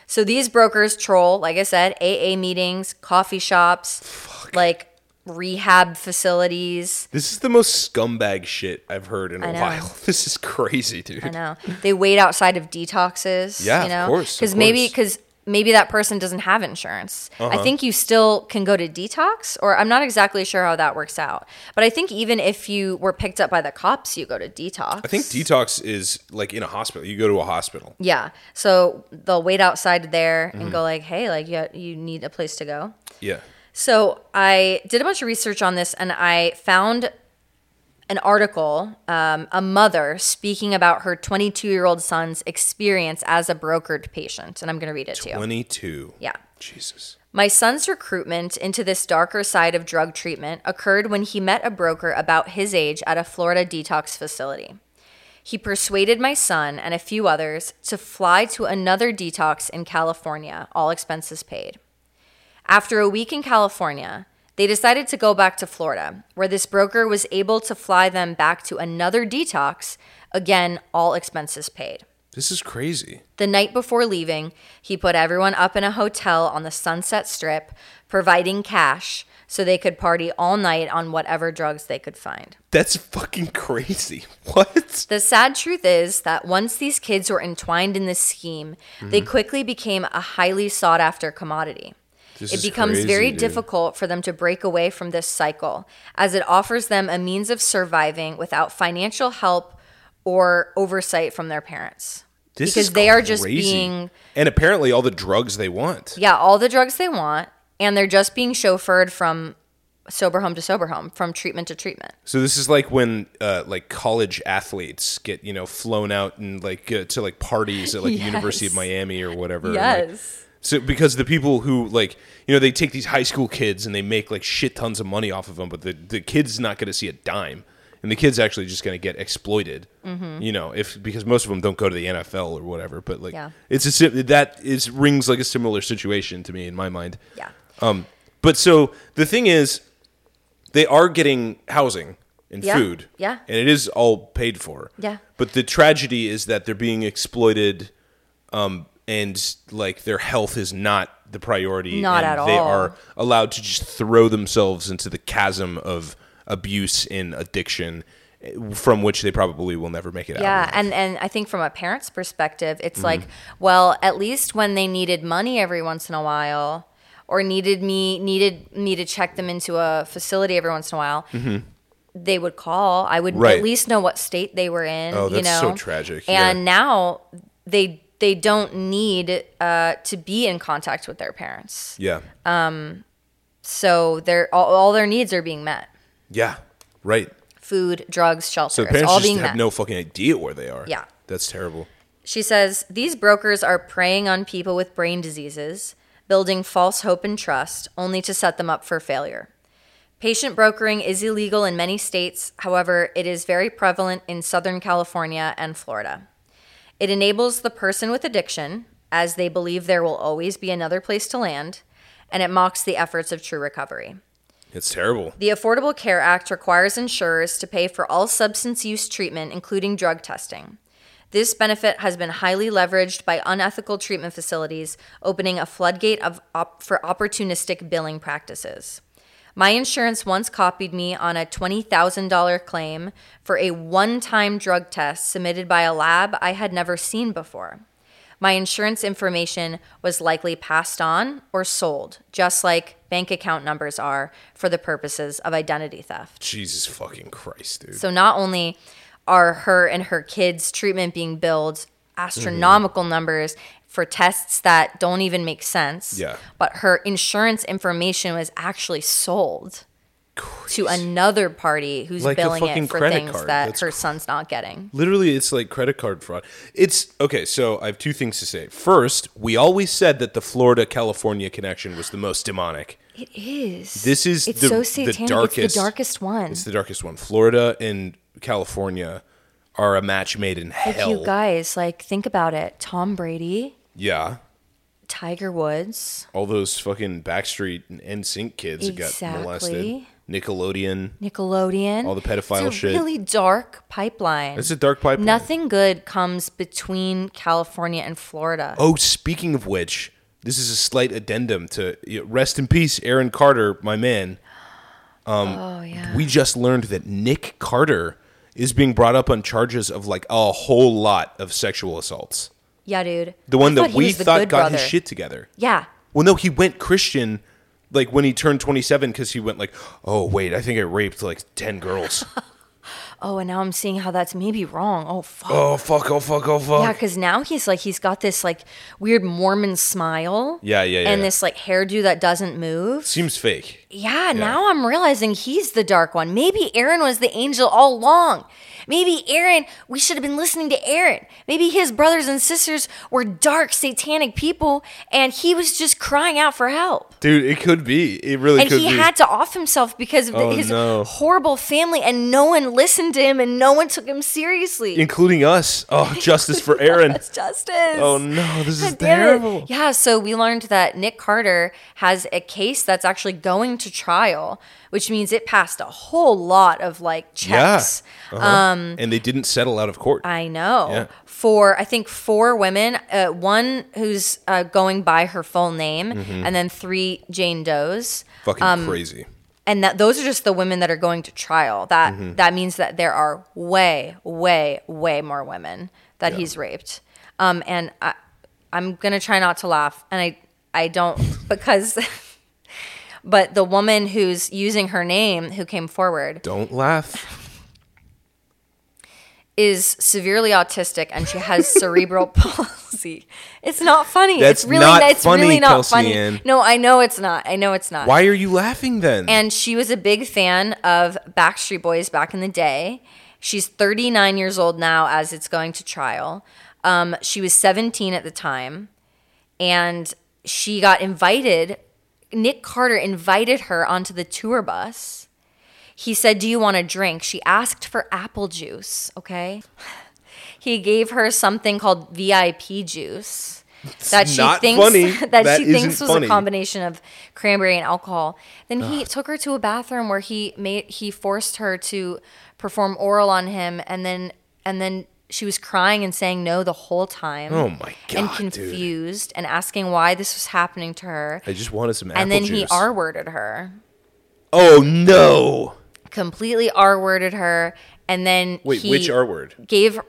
So these brokers troll, like I said, AA meetings, coffee shops, like rehab facilities. This is the most scumbag shit I've heard in a know. while. This is crazy, dude. I know. They wait outside of detoxes. Yeah, you of know? course, of Because maybe course. Uh-huh. because maybe that person doesn't have insurance. I think you still can go to detox, or I'm not exactly sure how that works out. But I think even if you were picked up by the cops, you go to detox. I think detox is like in a hospital. You go to a hospital. yeah. So they'll wait outside there Mm-hmm. and go like, "Hey, like you you need a place to go." Yeah. So I did a bunch of research on this, and I found an article, um, a mother speaking about her 22 year old son's experience as a brokered patient, and I'm going to read it to you. 22. Yeah. Jesus. My son's recruitment into this darker side of drug treatment occurred when he met a broker about his age at a Florida detox facility. He persuaded my son and a few others to fly to another detox in California, all expenses paid. After a week in California, they decided to go back to Florida, where this broker was able to fly them back to another detox, again, all expenses paid. This is crazy. The night before leaving, he put everyone up in a hotel on the Sunset Strip, providing cash so they could party all night on whatever drugs they could find. That's fucking crazy. What? The sad truth is that once these kids were entwined in this scheme, they Mm-hmm. quickly became a highly sought after commodity. This it is becomes crazy, very dude. difficult for them to break away from this cycle, as it offers them a means of surviving without financial help or oversight from their parents. This because is they are just crazy. being and apparently all the drugs they want. Yeah, all the drugs they want, and they're just being chauffeured from sober home to sober home, from treatment to treatment. So this is like when uh, like college athletes get you know flown out and like uh, to like parties at like Yes. University of Miami or whatever. and, like, Yes. so because the people who like you know they take these high school kids and they make like shit tons of money off of them, but the the kid's not going to see a dime, and the kid's actually just going to get exploited. Mm-hmm. You know, if because most of them don't go to the NFL or whatever, but like Yeah. it's a sim- that is rings like a similar situation to me in my mind. Yeah. Um, but so the thing is, they are getting housing and Yeah, food. yeah. And it is all paid for. Yeah. But the tragedy is that they're being exploited, um, and like their health is not the priority. Not and at They all. are allowed to just throw themselves into the chasm of abuse and addiction, eh, from which they probably will never make it out. Yeah, and and I think from a parent's perspective, Mm-hmm. it's like, well, at least when they needed money every once in a while, or needed me needed me to check them into a facility every once in a while, they would call. I would Mm-hmm. Right. at least know what state they were in. Oh, you that's so know? tragic, And yeah. now they they don't need uh, to be in contact with their parents, Yeah. Uh, so their all, all their needs are being met: yeah. Right. food, drugs, shelter. So the it's parents all just being have met. no fucking idea where they are. Yeah. That's terrible. She says these brokers are preying on people with brain diseases, building false hope and trust, only to set them up for failure. Patient brokering is illegal in many states, however, it is very prevalent in Southern California and Florida. It enables the person with addiction, as they believe there will always be another place to land, and it mocks the efforts of true recovery. It's terrible. The Affordable Care Act requires insurers to pay for all substance use treatment, including drug testing. This benefit has been highly leveraged by unethical treatment facilities, opening a floodgate of op- for opportunistic billing practices. My insurance once copied me on a $20,000 claim for a one time drug test submitted by a lab I had never seen before. My insurance information was likely passed on or sold, just like bank account numbers are for the purposes of identity theft. Jesus fucking Christ, dude. So not only are her and her kids' treatment being billed astronomical Mm-hmm. numbers for tests that don't even make sense, Yeah. but her insurance information was actually sold to another party who's Like a billing fucking it for credit things card. that That's her cr- son's not getting. Literally, it's like credit card fraud. It's okay. So I have two things to say. First, we always said that the Florida California connection was the most demonic. It is. This is it's the, so the satanic. darkest. it's the darkest one. It's the darkest one. Florida and California are a match made in Like hell. you guys, like think about it. Tom Brady, yeah, Tiger Woods, all those fucking Backstreet and NSYNC kids that got molested. Exactly. Nickelodeon. Nickelodeon, All the pedophile it's a shit. Really dark pipeline. It's a dark pipeline. Nothing good comes between California and Florida. Oh, speaking of which, this is a slight addendum to you know, rest in peace, Aaron Carter, my man. Um, Oh, yeah. We just learned that Nick Carter is being brought up on charges of like a whole lot of sexual assaults. Yeah, dude. The I one thought that he we was the thought good got his brother. shit together. Yeah. Well, no, he went Christian like when he turned 27 because he went like, oh, wait, I think I raped like 10 girls. Oh, and now I'm seeing how that's maybe wrong. Oh fuck. oh, fuck, oh, fuck, oh, fuck. Yeah, because now he's like he's got this like weird Mormon smile. Yeah, yeah, yeah, And yeah. this like hairdo that doesn't move. Seems fake. Yeah, now I'm realizing he's the dark one. Maybe Aaron was the angel all along. Maybe Aaron, we should have been listening to Aaron. Maybe his brothers and sisters were dark, satanic people, and he was just crying out for help. Dude, it could be. It really And could he be. had to off himself because of the- Oh, his no. horrible family, and no one listened to him, and no one took him seriously. Including us. Oh, justice for Aaron. That's justice. Oh, no, this is God damn it. terrible. Yeah, so we learned that Nick Carter has a case that's actually going to trial, which means it passed a whole lot of like checks. Um, and they didn't settle out of court. I know. Yeah. For I think four women, uh, one who's uh, going by her full name, Mm-hmm. and then three Jane Does, Fucking um, crazy. and that those are just the women that are going to trial. That Mm-hmm. that means that there are way, way, way more women that he's raped. Um, and I, I'm gonna try not to laugh, and I I don't because, but the woman who's using her name who came forward Don't laugh. is severely autistic and she has cerebral palsy. It's not funny. That's it's really not it's funny, really not Kelsey funny. Ann. No, I know it's not. I know it's not. Why are you laughing then? And she was a big fan of Backstreet Boys back in the day. She's 39 years old now as it's going to trial. Um, she was 17 at the time. And she got invited, Nick Carter invited her onto the tour bus. He said, Do you want a drink? She asked for apple juice, okay? He gave her something called VIP juice that she not thinks funny. that, That she isn't thinks was funny. a combination of cranberry and alcohol. Then he took her to a bathroom where he made he forced her to perform oral on him, and then and then she was crying and saying no the whole time. Oh my God, And dude. confused and asking why this was happening to her. I just wanted some apple And then juice. he R worded her, oh no! completely R worded her, and then Wait, he which R word? gave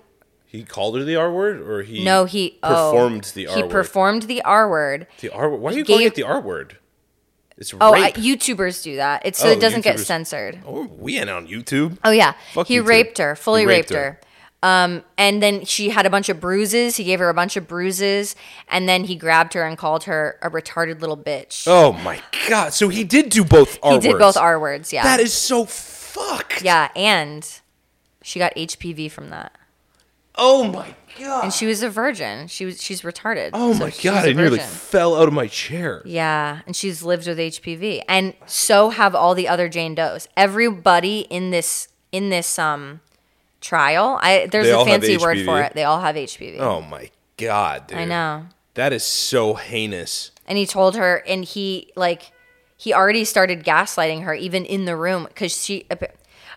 He called her the R word, or he? no he oh, performed the R he word. performed the R word. the R word. Why are you calling gave- it the R word? It's Oh, I, rape. YouTubers do that. It's so Oh, it doesn't get YouTubers- censored. oh, we ain't on YouTube. Oh yeah, Fuck he you two. raped her, fully He raped, her. Um, and then she had a bunch of bruises. He gave her a bunch of bruises, and then he grabbed her and called her a retarded little bitch. Oh my god! So he did do both R he words. did both R words. Yeah, Oh, That is so fucked. yeah, and she got HPV from that, Oh my god. and she was a virgin. She was she's retarded. oh so my she was god! a I nearly virgin. fell out of my chair. Yeah, and she's lived with HPV, and so have all the other Jane Does. Everybody in this in this um trial, I there's They a all have fancy word for HPV? it. They all have HPV. Oh my god, dude. I know. That is so heinous. and he told her and he like he already started gaslighting her even in the room because she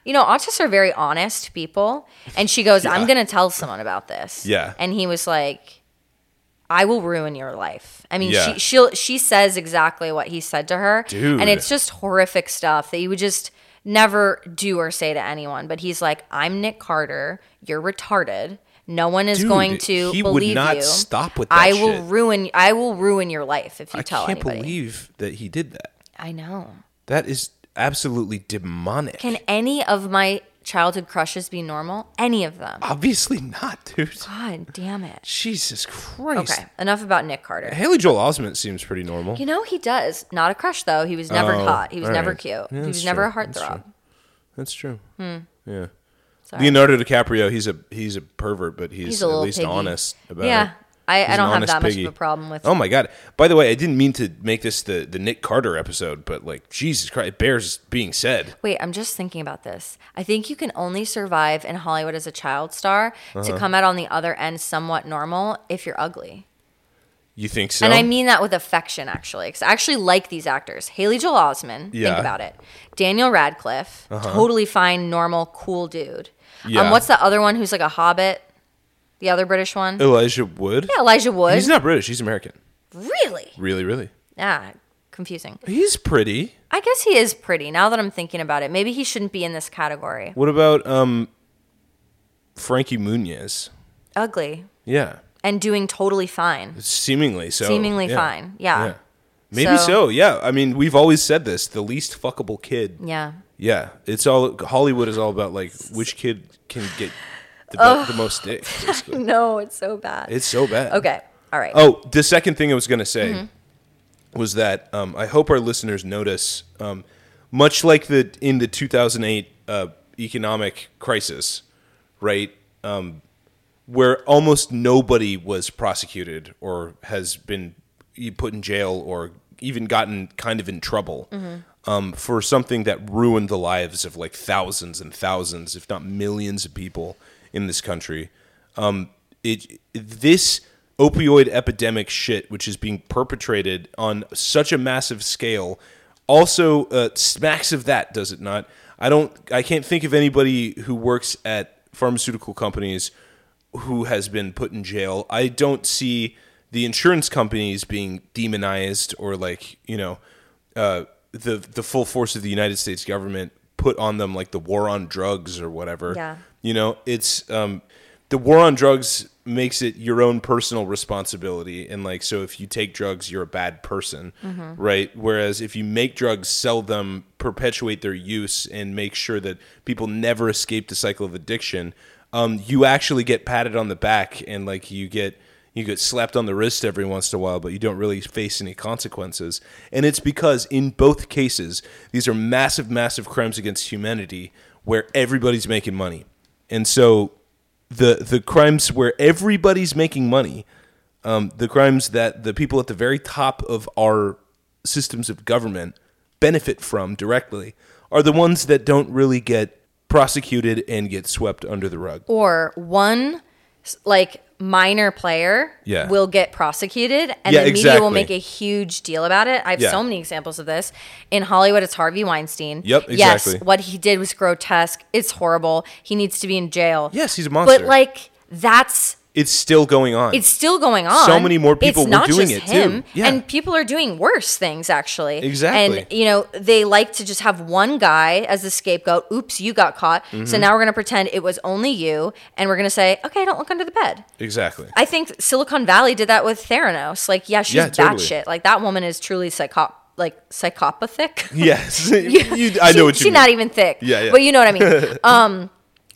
you know autists are very honest people and she goes i'm gonna tell someone about this Yeah. and he was like i will ruin your life i mean Yeah. she she'll she says exactly what he said to her Dude. and it's just horrific stuff that you would just never do or say to anyone but he's like i'm nick carter you're retarded no one is Dude, going to he would believe not you. stop with I that will shit. ruin. I will ruin your life if you I tell can't anybody. believe that he did that. I know. That is absolutely demonic. Can any of my childhood crushes be normal? Any of them? Obviously not, dude. God damn it. Jesus Christ. Okay, enough about Nick Carter. Haley Joel Osment seems pretty normal. You know he does. Not a crush though. He was never Oh, hot. He was all never right. cute. Yeah, he that's was never a true. That's heartthrob. That's true. Hmm. Yeah. Leonardo DiCaprio, he's a he's a pervert, but he's, He's a at little least piggy. honest about Yeah, it. I, He's I an don't have honest that much piggy. of a problem with. Oh my god! By the way, I didn't mean to make this the the Nick Carter episode, but like Jesus Christ, it bears being said. Wait, I'm just thinking about this. I think you can only survive in Hollywood as a child star Uh-huh. to come out on the other end somewhat normal if you're ugly. You think so? And I mean that with affection, actually, because I actually like these actors. Haley Joel Osment, Yeah. Uh-huh. think about it. Daniel Radcliffe, totally fine, normal, cool dude. Yeah. Um, what's the other one who's like a hobbit? The other British one? Elijah Wood. Yeah, Elijah Wood. Uh, He's not British. He's American. really? Really, really. Yeah, confusing. He's pretty. I guess he is pretty. Now that I'm thinking about it, maybe he shouldn't be in this category. What about um Frankie Muniz? Ugly Yeah, and doing totally fine. seemingly so. Seemingly Yeah. fine. Yeah. Yeah. Maybe so. So- Yeah. I mean, we've always said this: the least fuckable kid. Yeah. Yeah. It's all Hollywood is all about like which kid can get the, be- the most dick. basically. No, it's so bad. It's so bad. okay. All right. Oh, the second thing I was going to say was that um, I hope our listeners notice, um, much like the in the 2008 uh, economic crisis, right, um, where almost nobody was prosecuted or has been e- put in jail or even gotten kind of in trouble. Um, for something that ruined the lives of like thousands and thousands, if not millions of people in this country it this opioid epidemic shit which is being perpetrated on such a massive scale also uh, smacks of that does it not i don't i can't think of anybody who works at pharmaceutical companies who has been put in jail i don't see the insurance companies being demonized or like you know uh, the the full force of the united states government put on them like the war on drugs or whatever Yeah. you know, it's um, the war on drugs makes it your own personal responsibility, and like so, if you take drugs, you're a bad person, right? Whereas if you make drugs, sell them, perpetuate their use, and make sure that people never escape the cycle of addiction, um, you actually get patted on the back and like you get you get slapped on the wrist every once in a while, but you don't really face any consequences. And it's because in both cases, these are massive, massive crimes against humanity where everybody's making money. And so the the crimes where everybody's making money, um, the crimes that the people at the very top of our systems of government benefit from directly are the ones that don't really get prosecuted and get swept under the rug. or one s- like minor player Yeah. will get prosecuted and Yeah, the media exactly. will make a huge deal about it. I have Yeah. so many examples of this. In Hollywood, it's Harvey Weinstein. Yep, Yes, exactly. what he did was grotesque. It's horrible. He needs to be in jail. Yes, he's a monster. But like that's It's still going on. it's still going on. So many more people it's were not doing just it, too. him, Yeah. And people are doing worse things actually. Exactly. And you know, they like to just have one guy as the scapegoat. Oops, you got caught. Mm-hmm. So now we're gonna pretend it was only you and we're gonna say, Okay, don't look under the bed. exactly. I think Silicon Valley did that with Theranos. Like, yeah, she's Yeah, totally. batshit. Like that woman is truly psycho like psychopathic. yes. You- I know She- what you She's mean. not even thick. Yeah, yeah. But you know what I mean. um,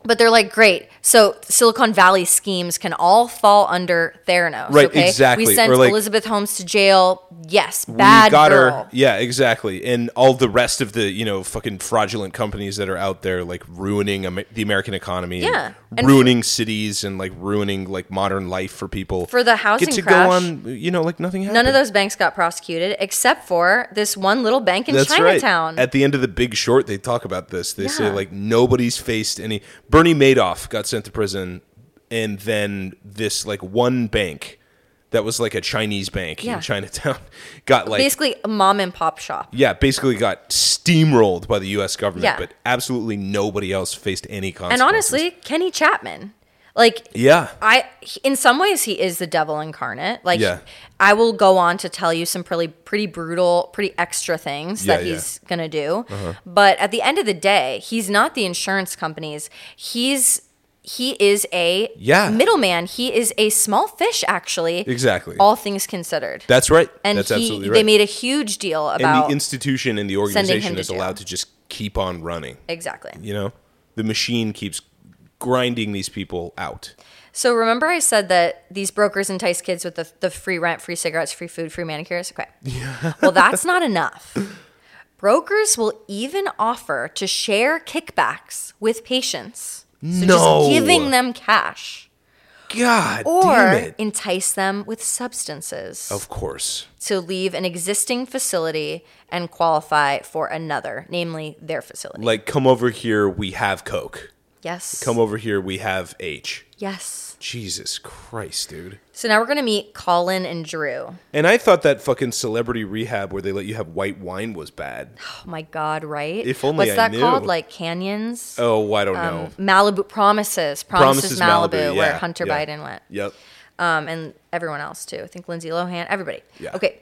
but they're like, great. So Silicon Valley schemes can all fall under Theranos. Right, okay? exactly. We sent Or, like- Elizabeth Holmes to jail. Yes, bad we got girl. her. Yeah, exactly. And all the rest of the you know fucking fraudulent companies that are out there like ruining Amer- the American economy. and Yeah. And ruining cities and like ruining like modern life for people. For the housing get to crash- go on. You know, like nothing happened. None of those banks got prosecuted except for this one little bank in That's Chinatown. right. At the end of The Big Short, they talk about this. They say Yeah. like nobody's faced any. Bernie Madoff got sent to prison, and then this like one bank that was like a Chinese bank Yeah. in Chinatown got like Basically, a mom and pop shop. yeah, basically got steamrolled by the U.S. government, Yeah. but absolutely nobody else faced any consequences. And honestly, Kenny Chapman. Like, yeah, I he- in some ways he is the devil incarnate. Like Yeah. I will go on to tell you some pretty pretty brutal, pretty extra things Yeah, that Uh-huh. yeah. he's gonna do. But at the end of the day, he's not the insurance companies. He's he is a Yeah. middleman. He is a small fish, actually. Exactly. All things considered. that's right. and that's he, absolutely right. they made a huge deal and about the institution and the him organization to is jail. allowed to just keep on running. exactly. You know, the machine keeps grinding these people out. So remember, I said that these brokers entice kids with the, the free rent, free cigarettes, free food, free manicures. Okay. well, that's not enough. Brokers will even offer to share kickbacks with patients. So No. just giving them cash God or damn it! Oh. entice them with substances of course. to leave an existing facility and qualify for another, namely their facility. Like, come over here. We have Coke. yes. Come over here. We have H. Yes. Jesus Christ, dude. So now we're going to meet Colin and Drew. And I thought that fucking celebrity rehab where they let you have white wine was bad. Oh my God, right? If only What's I that knew. called? Like canyons? Oh, I don't know. Um, Malibu Promises. Promises, Promises Malibu, Malibu, where yeah, Hunter yeah. Biden went. Yep. Um, and everyone else too. I think Lindsay Lohan, everybody. Yeah. Okay.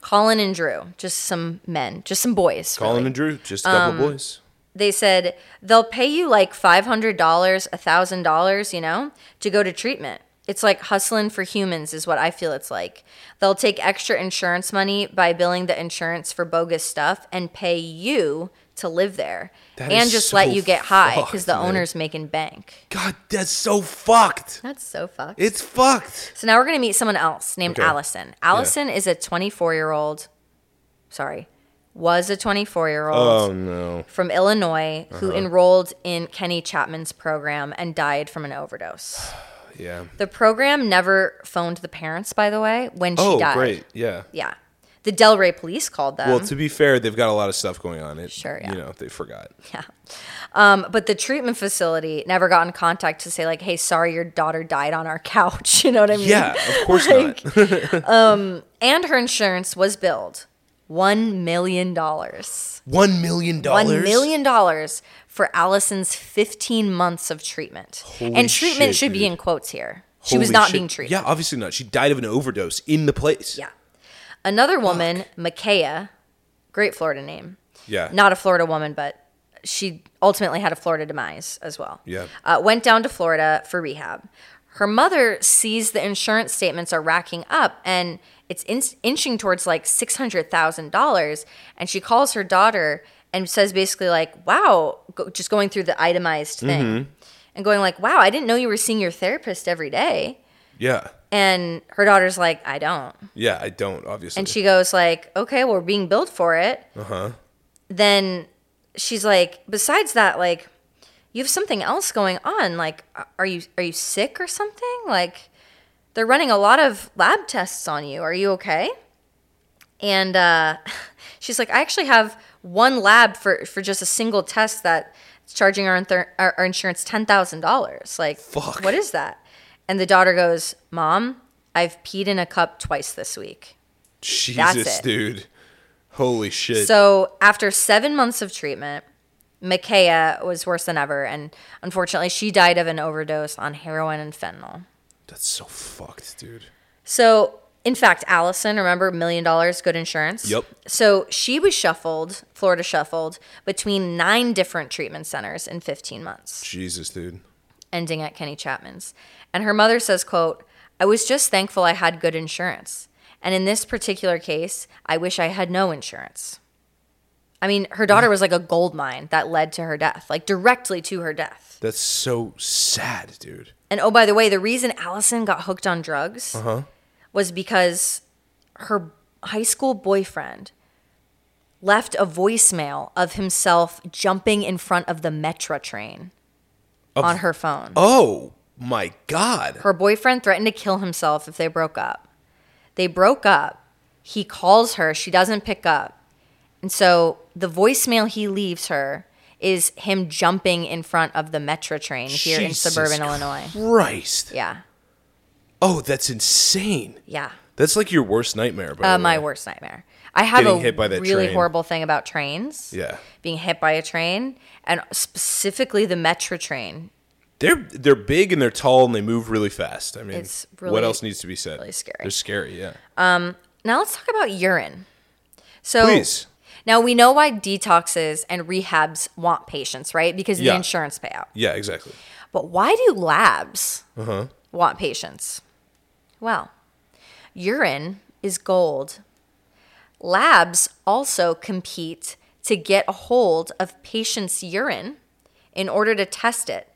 Colin and Drew, just some men, just some boys. Colin really. Um, and Drew, just a couple of boys. They said they'll pay you like five hundred dollars, a thousand dollars, you know, to go to treatment. It's like hustling for humans, is what I feel it's like. They'll take extra insurance money by billing the insurance for bogus stuff and pay you to live there, That and is just so let you get high fucked, because the man. owner's making bank. God, that's so fucked. That's so fucked. It's fucked. So now we're going to meet someone else named Okay. Allison. Allison is a 24 year old, sorry, was a 24 year Oh old no. from Illinois Uh-huh. who enrolled in Kenny Chapman's program and died from an overdose. Oh, Yeah. The program never phoned the parents, by the way, when she Oh, died. great. Yeah. Yeah. The Delray police called them. Well, to be fair, they've got a lot of stuff going on. It, Sure, yeah. You know, they forgot. Yeah. Um, but the treatment facility never got in contact to say, like, hey, sorry, your daughter died on our couch. You know what I mean? Yeah, of course not. And her insurance was billed $1 million. $1 One million dollars. million for Allison's 15 months of treatment. and treatment shit, should be dude. in quotes here. She was Holy not shit. being treated. Yeah, obviously not. She died of an overdose in the place. Yeah. Another woman, Makaya, great Florida name. Yeah. Not a Florida woman, but she ultimately had a Florida demise as well. Yeah. Uh, went down to Florida for rehab. Her mother sees the insurance statements are racking up and it's in- inching towards like $600,000. And she calls Mm-hmm. her daughter and says basically, like, wow, go- just going through the itemized thing. and going like, "Wow, I didn't know you were seeing your therapist every day." Yeah. And her daughter's like, "I don't." Yeah, I don't, obviously. And she goes like, "Okay, well, we're being billed for it." Uh-huh. Then she's like, "Besides that, like you have something else going on. Like are you are you sick or something? Like they're running a lot of lab tests on you. Are you okay?" And uh she's like, "I actually have one lab for for just a single test that's charging our inthur- our, our insurance $10,000." Like, Fuck. what is that? And the daughter goes, "Mom, I've peed in a cup twice this week." Jesus, it. dude. Holy shit. So after seven months of treatment, Micaiah was worse than ever, and unfortunately, she died of an overdose on heroin and fentanyl. That's so fucked, dude. So, in fact, Allison, remember million dollars good insurance? Yep. So she was shuffled, Florida shuffled, between nine different treatment centers in 15 months. Jesus, dude. ending at Kenny Chapman's. And her mother says, quote, I was just thankful I had good insurance. And in this particular case, I wish I had no insurance. I mean, her daughter was like a gold mine that led to her death, like directly to her death. That's so sad, dude. And oh, by the way, the reason Allison got hooked on drugs was because her high school boyfriend left a voicemail of himself jumping in front of the Metra train on her phone. Oh my god. Her boyfriend threatened to kill himself if they broke up. They broke up. He calls her. She doesn't pick up. And so the voicemail he leaves her is him jumping in front of the Metra train here in Jesus suburban Illinois. Christ. Yeah. Oh, that's insane. Yeah. That's like your worst nightmare, by Uh, the my way. worst nightmare. I have Getting a hit by that really train. horrible thing about trains. Yeah. Being hit by a train and specifically the Metra train. They're they're big and they're tall and they move really fast. I mean, It's what really- else needs to be said? really scary. They're scary, yeah. Now let's talk about urine. So Please. now we know why detoxes and rehabs want patients, right? Because of Yeah. the insurance payout. Yeah, exactly. But why do labs want patients? Well, urine is gold. Labs also compete to get a hold of patients' urine in order to test it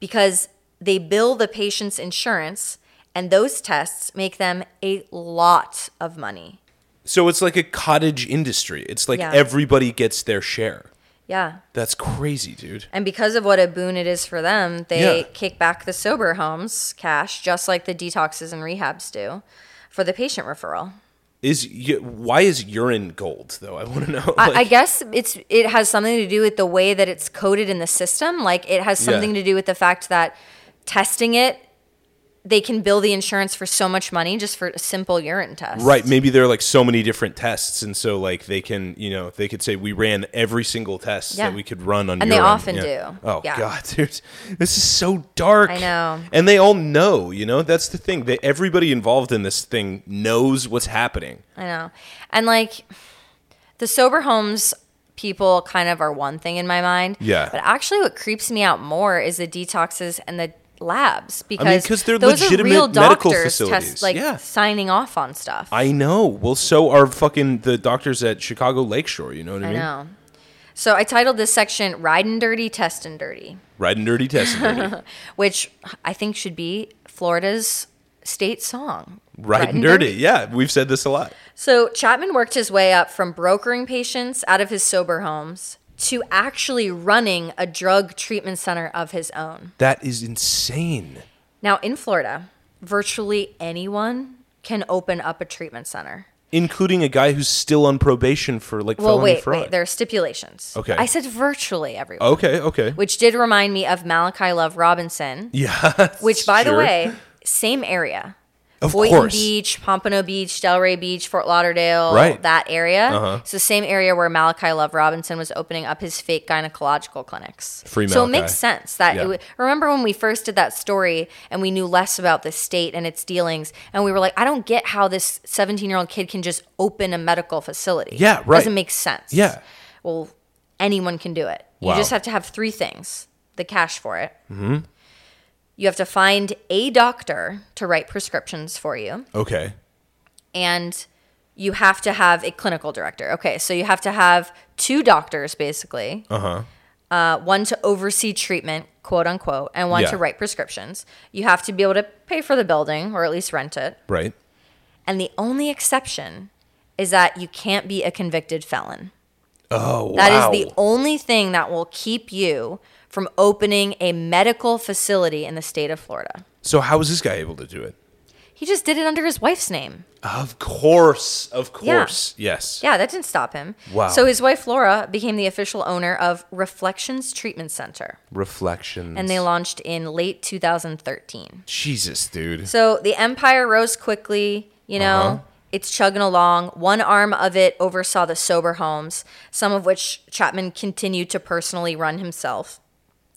because they bill the patient's insurance and those tests make them a lot of money. So it's like a cottage industry. It's like Yeah. everybody gets their share. Yeah. That's crazy, dude. And because of what a boon it is for them, they Yeah. kick back the sober homes cash, just like the detoxes and rehabs do, for the patient referral. Is y- why is urine gold though? I want to know. I, I like- guess it's it has something to do with the way that it's coded in the system. Like it has Yeah. something to do with the fact that testing it, they can bill the insurance for so much money just for a simple urine test. Right, maybe there are like so many different tests, and so like they can, you know, they could say we ran every single test Yeah. that we could run on. And they urine." often Yeah. do. Oh Yeah. god, dude, this is so dark. I know. And they all know, you know, that's the thing. That everybody involved in this thing knows what's happening. I know. And like the sober homes people kind of are one thing in my mind. Yeah. But actually what creeps me out more is the detoxes and the labs because 'cause they're those legitimate are real medical doctors facilities. like Yeah. signing off on stuff. I know. Well, so are fucking the doctors at Chicago Lakeshore. You know what I, I mean? know. So I titled this section Riding Dirty, Testing Dirty, Riding dirty, testing dirty. which I think should be Florida's state song. Riding dirty. Yeah, we've said this a lot. So Chapman worked his way up from brokering patients out of his sober homes to actually running a drug treatment center of his own. That is insane. Now in Florida, virtually anyone can open up a treatment center. Including a guy who's still on probation for like Well, felony wait, fraud. wait. There are stipulations. Okay. Oh. I said virtually everyone, okay, okay. which did remind me of Malachi Love Robinson. Yeah. Which, by the sure. way, same area. Of Boynton course. Beach, Pompano Beach, Delray Beach, Fort Lauderdale, Right. Uh-huh. that area. It's the same area where Malachi Love Robinson was opening up his fake gynecological clinics. Free so it Malachi. makes sense that Yeah. it would, remember when we first did that story and we knew less about the state and its dealings, and we were like, I don't get how this 17 year old kid can just open a medical facility. Yeah, right. Doesn't make sense. Yeah. Well, anyone can do it. Wow. Mm-hmm. You just have to have three things: the cash for it. You have to find a doctor to write prescriptions for you, Okay. and you have Uh-huh. to have a clinical director. Okay, so you have to have two doctors basically. Uh huh. uh, one to oversee treatment, quote unquote, and one Yeah. to write prescriptions. You have to be able to pay for the building or at least rent it. Right. And the only exception is that you can't be a convicted felon. Oh, That is wow. the only thing that will keep you from opening a medical facility in the state of Florida. so how was this guy able to do it? He just did it under his wife's name. Of course, of course, yes. Yeah, that didn't stop him. Wow. So his wife Laura became the official owner of Reflections Treatment Center, Reflections. and they launched in late 2013. Jesus, dude. So the empire rose quickly, you know. Uh-huh. It's chugging along. One arm of it oversaw the sober homes, some of which Chapman continued to personally run himself.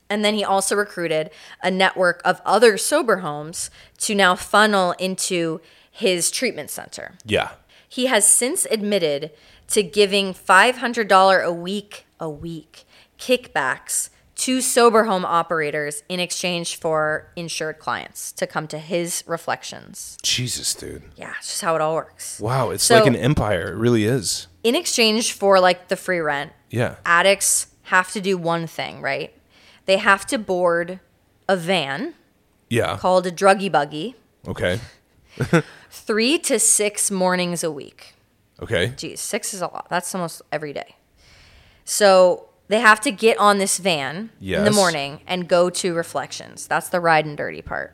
And then he also recruited a network of other sober homes to now funnel into his treatment center. Yeah. He has since admitted to giving $500 a week, a week, kickbacks to sober home operators in exchange for insured clients to come to his reflections. Jesus, dude. Yeah, it's just how it all works. Wow, it's So- like an empire. It really is. In exchange for like the free rent, Yeah. addicts have to do one thing, right? They have to board a van Yeah. called a druggy buggy Okay. three to six mornings a week. Okay. geez, six is a lot. That's almost every day. So they have to get on this van in the Yes. morning and go to Reflections. That's the ride and dirty part.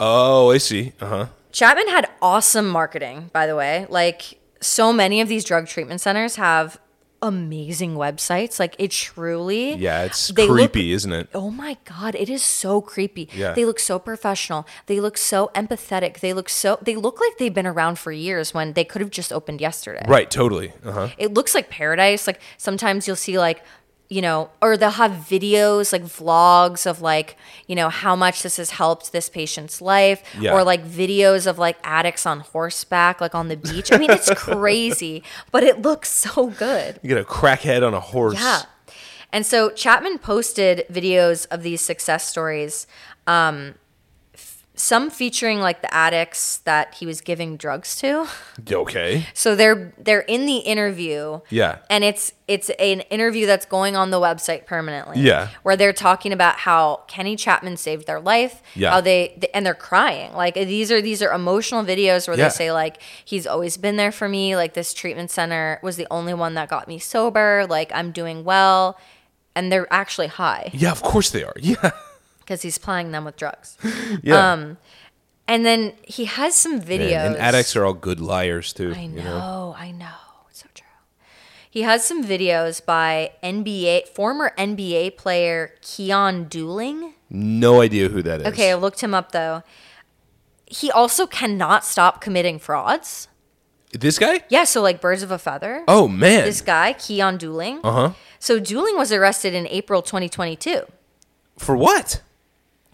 Oh, I see. Uh huh. Chapman had awesome marketing, by the way. Like, so many of these drug treatment centers have amazing websites. Like, it truly. Yeah, it's they look- creepy, isn't it? Oh my God, it is so creepy. Yeah. They look so professional. They look so empathetic. They look so, they look like they've been around for years when they could have just opened yesterday. Right, totally. Uh huh. it looks like paradise. Like sometimes you'll see like you know, or they'll have videos like vlogs of like you know how much this has helped this patient's life, Yeah. or like videos of like addicts on horseback, like on the beach. I mean, it's crazy, but it looks so good. You get a crackhead on a horse. Yeah. And so Chapman posted videos of these success stories, um, f- some featuring like the addicts that he was giving drugs to. Okay. So they're they're in the interview. Yeah. And it's it's an interview that's going on the website permanently. Yeah. Where they're talking about how Kenny Chapman saved their life. Yeah. How they th- and they're crying. Like these are these are emotional videos where Yeah. they say like he's always been there for me. Like this treatment center was the only one that got me sober. Like I'm doing well. And they're actually high Yeah, of course they are. Yeah. because he's plying them with drugs. Um, Yeah. And then he has some videos. and, and addicts are all good liars too. I know, You know? I know. It's so true. He has some videos by NBA former NBA player Keon Dooling. No idea who that is. Okay, I looked him up though. He also cannot stop committing frauds. This guy? Yeah, so like birds of a feather. Oh man. This guy, Keon Dooling. uh huh. So Dooling was arrested in April 2022. For what?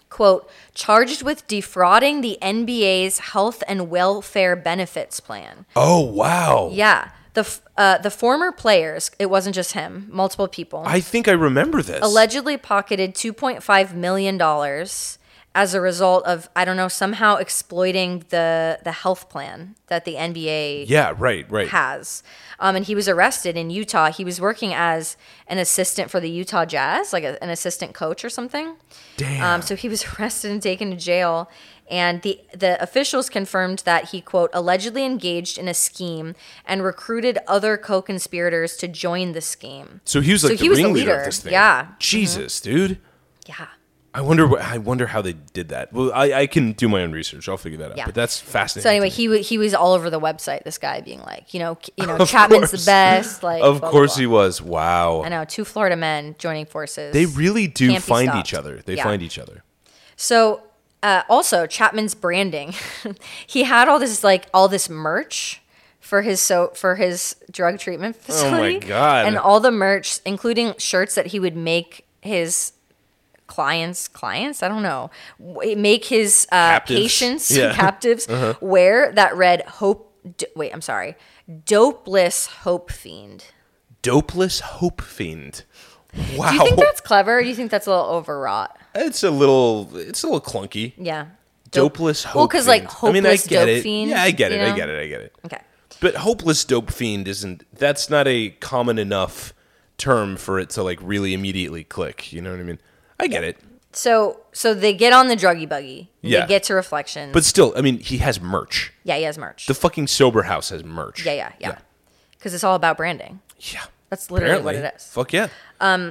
Quote, charged with defrauding the NBA's health and welfare benefits plan. Oh wow. Yeah. The f- uh, the former players, it wasn't just him, multiple people, I think I remember this. allegedly pocketed $2.5 million as a result of, I don't know, somehow exploiting the, the health plan that the NBA yeah. Right. Right. has. Um, and he was arrested in Utah. He was working as an assistant for the Utah Jazz, like a, an assistant coach or something. Damn. Um, so he was arrested and taken to jail. And the, the officials confirmed that he, quote, allegedly engaged in a scheme and recruited other co conspirators to join the scheme. so he was like so the he was the ringleader leader. of this thing. Yeah. Mm-hmm. Jesus, dude. Yeah. I wonder. What, I wonder how they did that. Well, I, I can do my own research. I'll figure that out. Yeah. But that's fascinating. So anyway, to he wa- he was all over the website. This guy being like, you know, you know, Of Chapman's course. the best. Like, me. of blah, blah, course blah. he was. Wow. I know two Florida men joining forces. they really do Can't be find stopped. each other. They Yeah. find each other. So uh, also Chapman's branding. he had all this like all this merch for his so for his drug treatment facility. Oh God. And all the merch, including shirts that he would make his clients clients i don't know w- make his uh, Captives. patients Yeah. Uh-huh. captives wear that read hope d- wait i'm sorry dopeless hope fiend Dopeless hope fiend. Wow. do you think that's clever or do you think that's a little overwrought it's a little. It's a little clunky. yeah Dope- Dopeless hope. Well, 'cause, like, fiend. I mean, I hopeless get dope it. fiend, Yeah, I get you it. I know? get it. I get it. okay But hopeless dope fiend isn't. That's not a common enough term for it to like really immediately click. You know what I mean? I get it. So so they get on the druggy buggy. Yeah. They get to reflections. But still, I mean, he has merch. yeah, he has merch. The fucking sober house has merch. yeah, yeah, yeah. Because it's all about branding. Yeah. That's literally what Apparently. it is. Fuck yeah.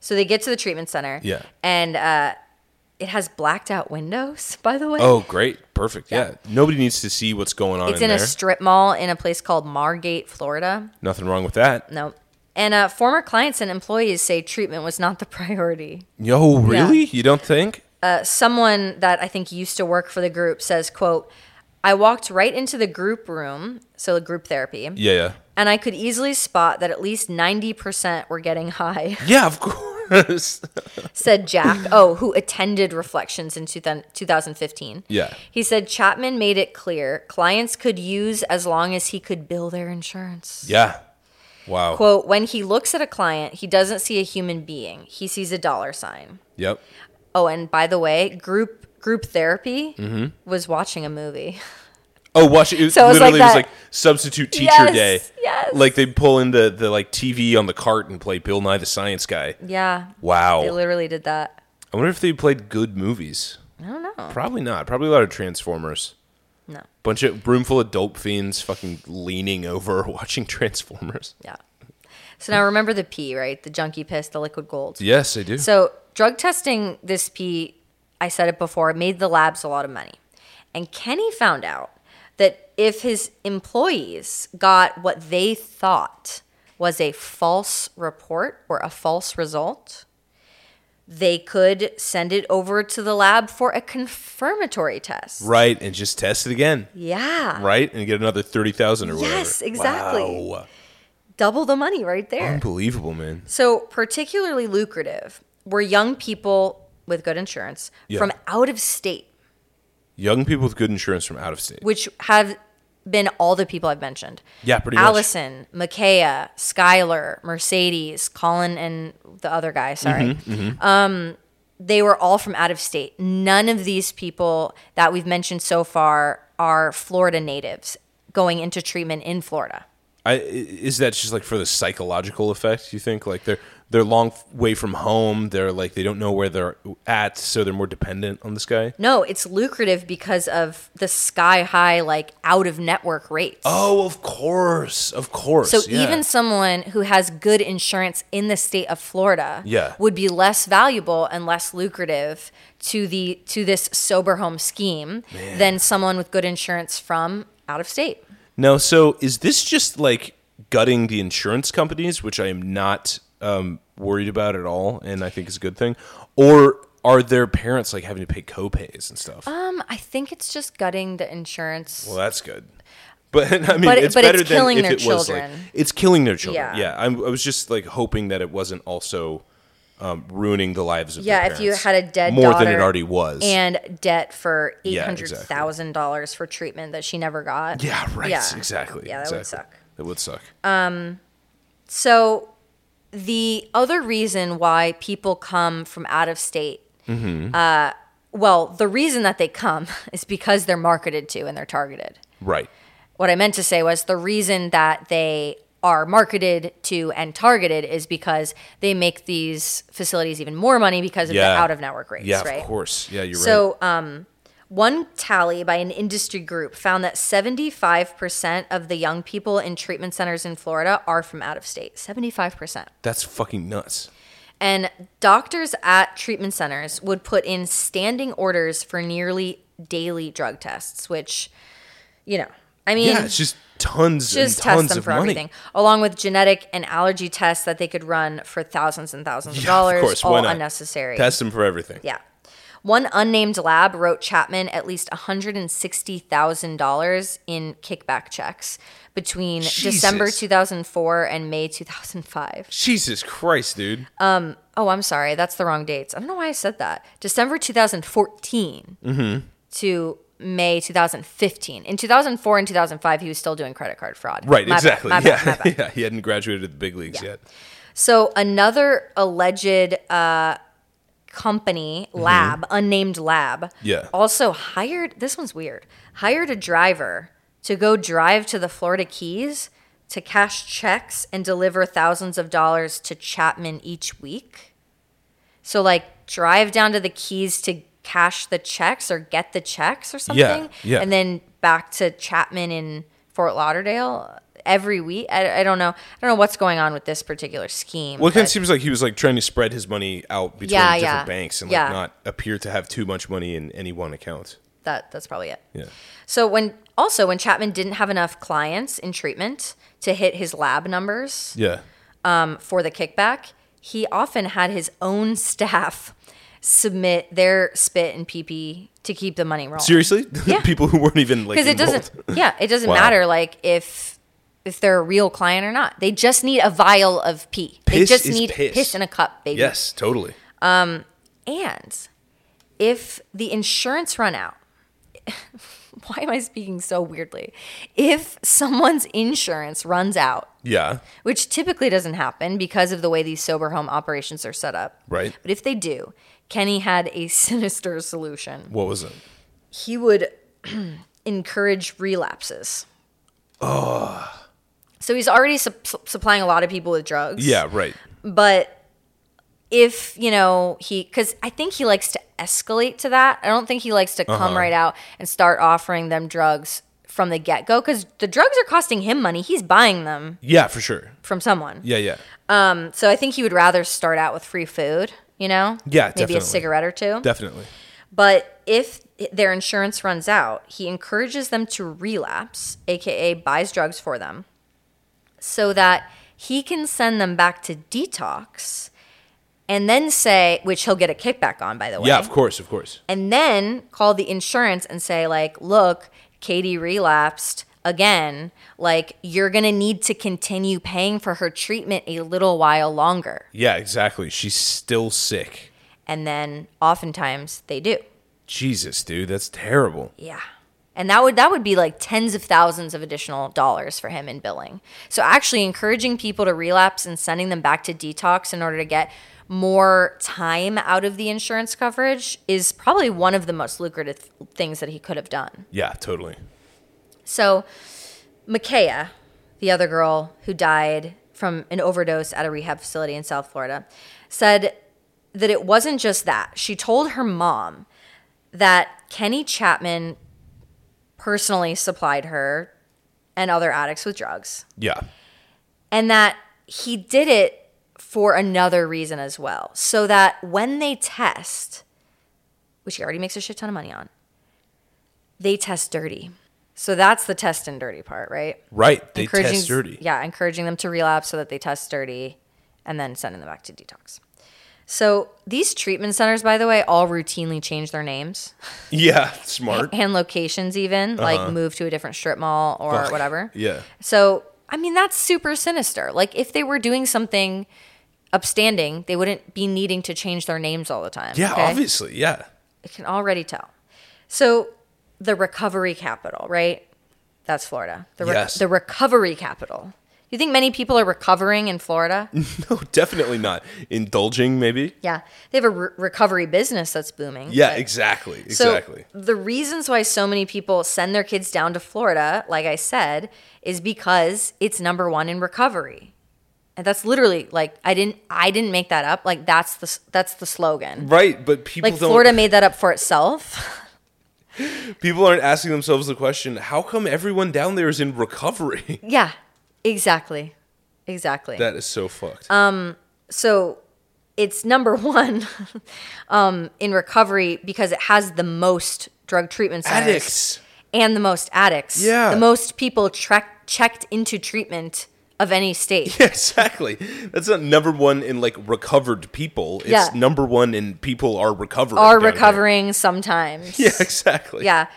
So they get to the treatment center. Yeah. And uh, it has blacked out windows, by the way. Oh, great. Perfect. Yeah. Nobody needs to see what's going on it's in, in a there. strip mall in a place called Margate, Florida. Nothing wrong with that. No. And uh, former clients and employees say treatment was not the priority. Yo, really? You don't think? Uh, someone that I think used to work for the group says, quote, I walked right into the group room, so the group therapy, Yeah, yeah. and I could easily spot that at least 90% were getting high, Yeah, of course. said Jack, oh, who attended Reflections in 2000 2015. Yeah. He said Chapman made it clear clients could use as long as he could bill their insurance. yeah. Wow. Quote, when he looks at a client, he doesn't see a human being. He sees a dollar sign. Yep. Oh, and by the way, group group therapy Mm-hmm. was watching a movie. Oh, watch it. So it was like literally was that- like substitute teacher Yes, day. yes. Like they pull in the, the like TV on the cart and play Bill Nye the Science Guy. Yeah. Wow. They literally did that. I wonder if they played good movies. I don't know. Probably not. Probably a lot of Transformers. No. Bunch of room full of dope fiends fucking leaning over watching Transformers. Yeah. So now remember the pee, right? The junkie piss, the liquid gold. Yes, I do. So drug testing this pee, I said it before, made the labs a lot of money. And Kenny found out that if his employees got what they thought was a false report or a false result, they could send it over to the lab for a confirmatory test. right, and just test it again. Yeah. Right? And get another 30,000 or whatever. Yes, exactly. Wow. Double the money right there. Um, Unbelievable, man. So, particularly lucrative were young people with good insurance Yeah. from out of state, Young people with good insurance from out of state. which have been all the people I've mentioned. Yeah, pretty much. Allison, Micaiah, Skylar, Mercedes, Colin, and the other guy, sorry. Mm-hmm, Um, they were all from out of state. None of these people that we've mentioned so far are Florida natives going into treatment in Florida. I, i- is that just like for the psychological effect? You think like they're they're long f- way from home. They're like they don't know where they're at, so they're more dependent on this guy. No, it's lucrative because of the sky high, like out of network rates. Oh, of course, of course. So yeah. even someone who has good insurance in the state of Florida Yeah. would be less valuable and less lucrative to the to this sober home scheme than someone with good insurance from out of state. no, so is this just like gutting the insurance companies, which I am not um, worried about at all, and I think is a good thing, or are their parents like having to pay copays and stuff? Um, I think it's just gutting the insurance. Well, that's good. But I mean, it's But- but it's better than killing if their it was like children. it's killing their children. Yeah. Yeah, I'm, I was just like hoping that it wasn't also um, ruining the lives of Yeah, Their if you parents had a dead more than it daughter already was. and debt for eight Yeah, hundred exactly. thousand dollars for treatment that she never got. yeah, right. Yeah. Exactly. Yeah, that would exactly. suck. Uh, That would suck. So, the other reason why people come from out of state, Mm-hmm. uh, well, the reason that they come is because they're marketed to and they're targeted. right. What I meant to say was the reason that they are marketed to and targeted is because they make these facilities even more money because of the Yeah. out of network rates, Yeah, right? of course. Yeah, you're right. So, um, one tally by an industry group found that 75% of the young people in treatment centers in Florida are from out of state. 75%. That's fucking nuts. And doctors at treatment centers would put in standing orders for nearly daily drug tests, which, you know, I mean, Yeah, it's just tons just and test tons them of for money. everything, along with genetic and allergy tests that they could run for thousands and thousands of Yeah, dollars, of course. Why all not? unnecessary. Test them for everything. Yeah. One unnamed lab wrote Chapman at least $160,000 in kickback checks between December Jesus. 2004 and May 2005. Jesus Christ, dude. Oh, I'm sorry. That's the wrong dates. I don't know why I said that. December 2014 Mm-hmm. to May 2015. In 2004 and 2005, he was still doing credit card fraud. right. My bad, exactly. my yeah. bad, my bad. yeah. He hadn't graduated the big leagues yet. So another alleged uh, company lab, unnamed lab, Mm-hmm. Yeah. also hired. This one's weird. Hired a driver to go drive to the Florida Keys to cash checks and deliver thousands of dollars to Chapman each week. So, like, drive down to the Keys to cash the checks or get the checks or something. yeah. And then back to Chapman in Fort Lauderdale every week. I, I don't know. I don't know what's going on with this particular scheme. Well, it kind of but- seems like he was like trying to spread his money out between Yeah, different yeah. banks and Yeah. like not appear to have too much money in any one account. that that's probably it. Yeah. So when also when Chapman didn't have enough clients in treatment to hit his lab numbers Yeah. um, for the kickback, he often had his own staff submit their spit and pee pee to keep the money rolling. Seriously? Yeah. People who weren't even like Because it enrolled. doesn't, yeah, it doesn't Wow. matter like if if they're a real client or not. They just need a vial of pee. they Piss just is need piss. piss in a cup, baby. Yes, totally. And if the insurance run out, why am I speaking so weirdly? If someone's insurance runs out, Yeah. which typically doesn't happen because of the way these sober home operations are set up. Right. But if they do, Kenny had a sinister solution. What was it? He would encourage relapses. Oh. So he's already sup- su- supplying a lot of people with drugs Yeah, right. but if you know he because i think he likes to escalate to that i don't think he likes to come Uh-huh. right out and start offering them drugs from the get-go because the drugs are costing him money he's buying them Yeah, for sure. from someone Yeah, yeah. so i think he would rather start out with free food you know Yeah, maybe definitely. a cigarette or two Definitely. but if their insurance runs out, he encourages them to relapse, aka buys drugs for them, so that he can send them back to detox and then say, which he'll get a kickback on, by the way. Yeah, of course, of course. And then call the insurance and say, like, look, Katie relapsed again. Like, you're going to need to continue paying for her treatment a little while longer. Yeah, exactly. She's still sick. And then oftentimes they do. Jesus, dude, that's terrible. Yeah. And that would that would be like tens of thousands of additional dollars for him in billing. So actually encouraging people to relapse and sending them back to detox in order to get more time out of the insurance coverage is probably one of the most lucrative things that he could have done. Yeah, totally. So Micaiah, the other girl who died from an overdose at a rehab facility in South Florida, said that it wasn't just that. She told her mom that Kenny Chapman personally supplied her and other addicts with drugs Yeah. and that he did it for another reason as well so that when they test which he already makes a shit ton of money on they test dirty so that's the test and dirty part right Right. They test dirty. yeah encouraging them to relapse so that they test dirty and then sending them back to detox so these treatment centers by the way all routinely change their names Yeah, smart. and locations even like move to a different strip mall or Uh-huh. Fuck. whatever Yeah. so, I mean, that's super sinister. Like, if they were doing something upstanding, they wouldn't be needing to change their names all the time. Yeah, okay? obviously. Yeah. I can already tell. So, the recovery capital, right? That's Florida. The, re- Yes. the recovery capital. You think many people are recovering in Florida? No, Oh, definitely not. Indulging, maybe. yeah. They have a re- recovery business that's booming. Yeah, but- exactly. So Exactly. the reasons why so many people send their kids down to Florida, like I said, is because it's number one in recovery. And that's literally like I didn't I didn't make that up. Like that's the s- that's the slogan. right, but people Like don't Florida made that up for itself. people aren't asking themselves the question, how come everyone down there is in recovery? yeah. Exactly. Exactly. that is so fucked. Um, so it's number 1 um in recovery because it has the most drug treatment centers. Addicts. and the most addicts. Yeah. The most people trek checked into treatment of any state. Yeah, exactly. That's not number one in like recovered people. It's Yeah. number one in people are recovering. Are down there. recovering sometimes. Yeah, exactly. Yeah.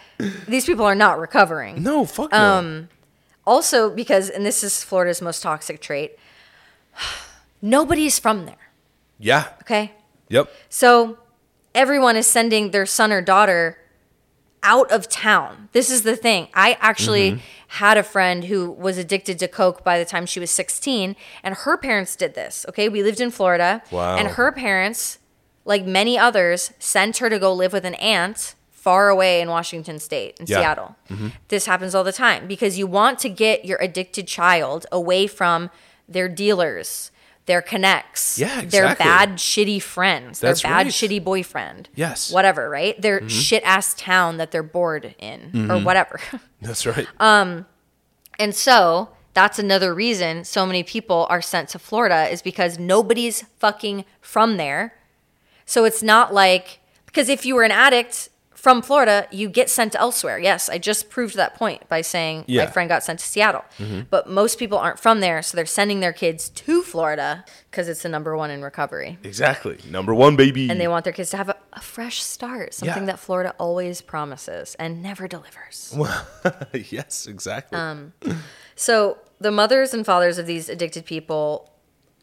These people are not recovering. No, fuck no. Um, Also, because, and this is Florida's most toxic trait, nobody's from there. yeah. Okay. Yep. So everyone is sending their son or daughter out of town. This is the thing. I actually Mm-hmm. had a friend who was addicted to coke by the time she was 16 and her parents did this. Okay? We lived in Florida Wow. and her parents, like many others, sent her to go live with an aunt far away in Washington State in Yeah. Mm-hmm. Seattle. This happens all the time because you want to get your addicted child away from their dealers, their connects, Yeah, their exactly. bad shitty friends, That's their bad right. shitty boyfriend. Yes. Mm-hmm. Whatever, right? Their shit ass town that they're bored in or whatever. That's right. um, And so that's another reason so many people are sent to Florida is because nobody's fucking from there. So it's not like, because if you were an addict from Florida, you get sent elsewhere. Yes, I just proved that point by saying Yeah. Mm-hmm. my friend got sent to Seattle. But most people aren't from there, so they're sending their kids to Florida because it's the number one in recovery. exactly. Number one, baby. And they want their kids to have a, a fresh start, something Yeah. that Florida always promises and never delivers. yes, exactly. Um, So the mothers and fathers of these addicted people,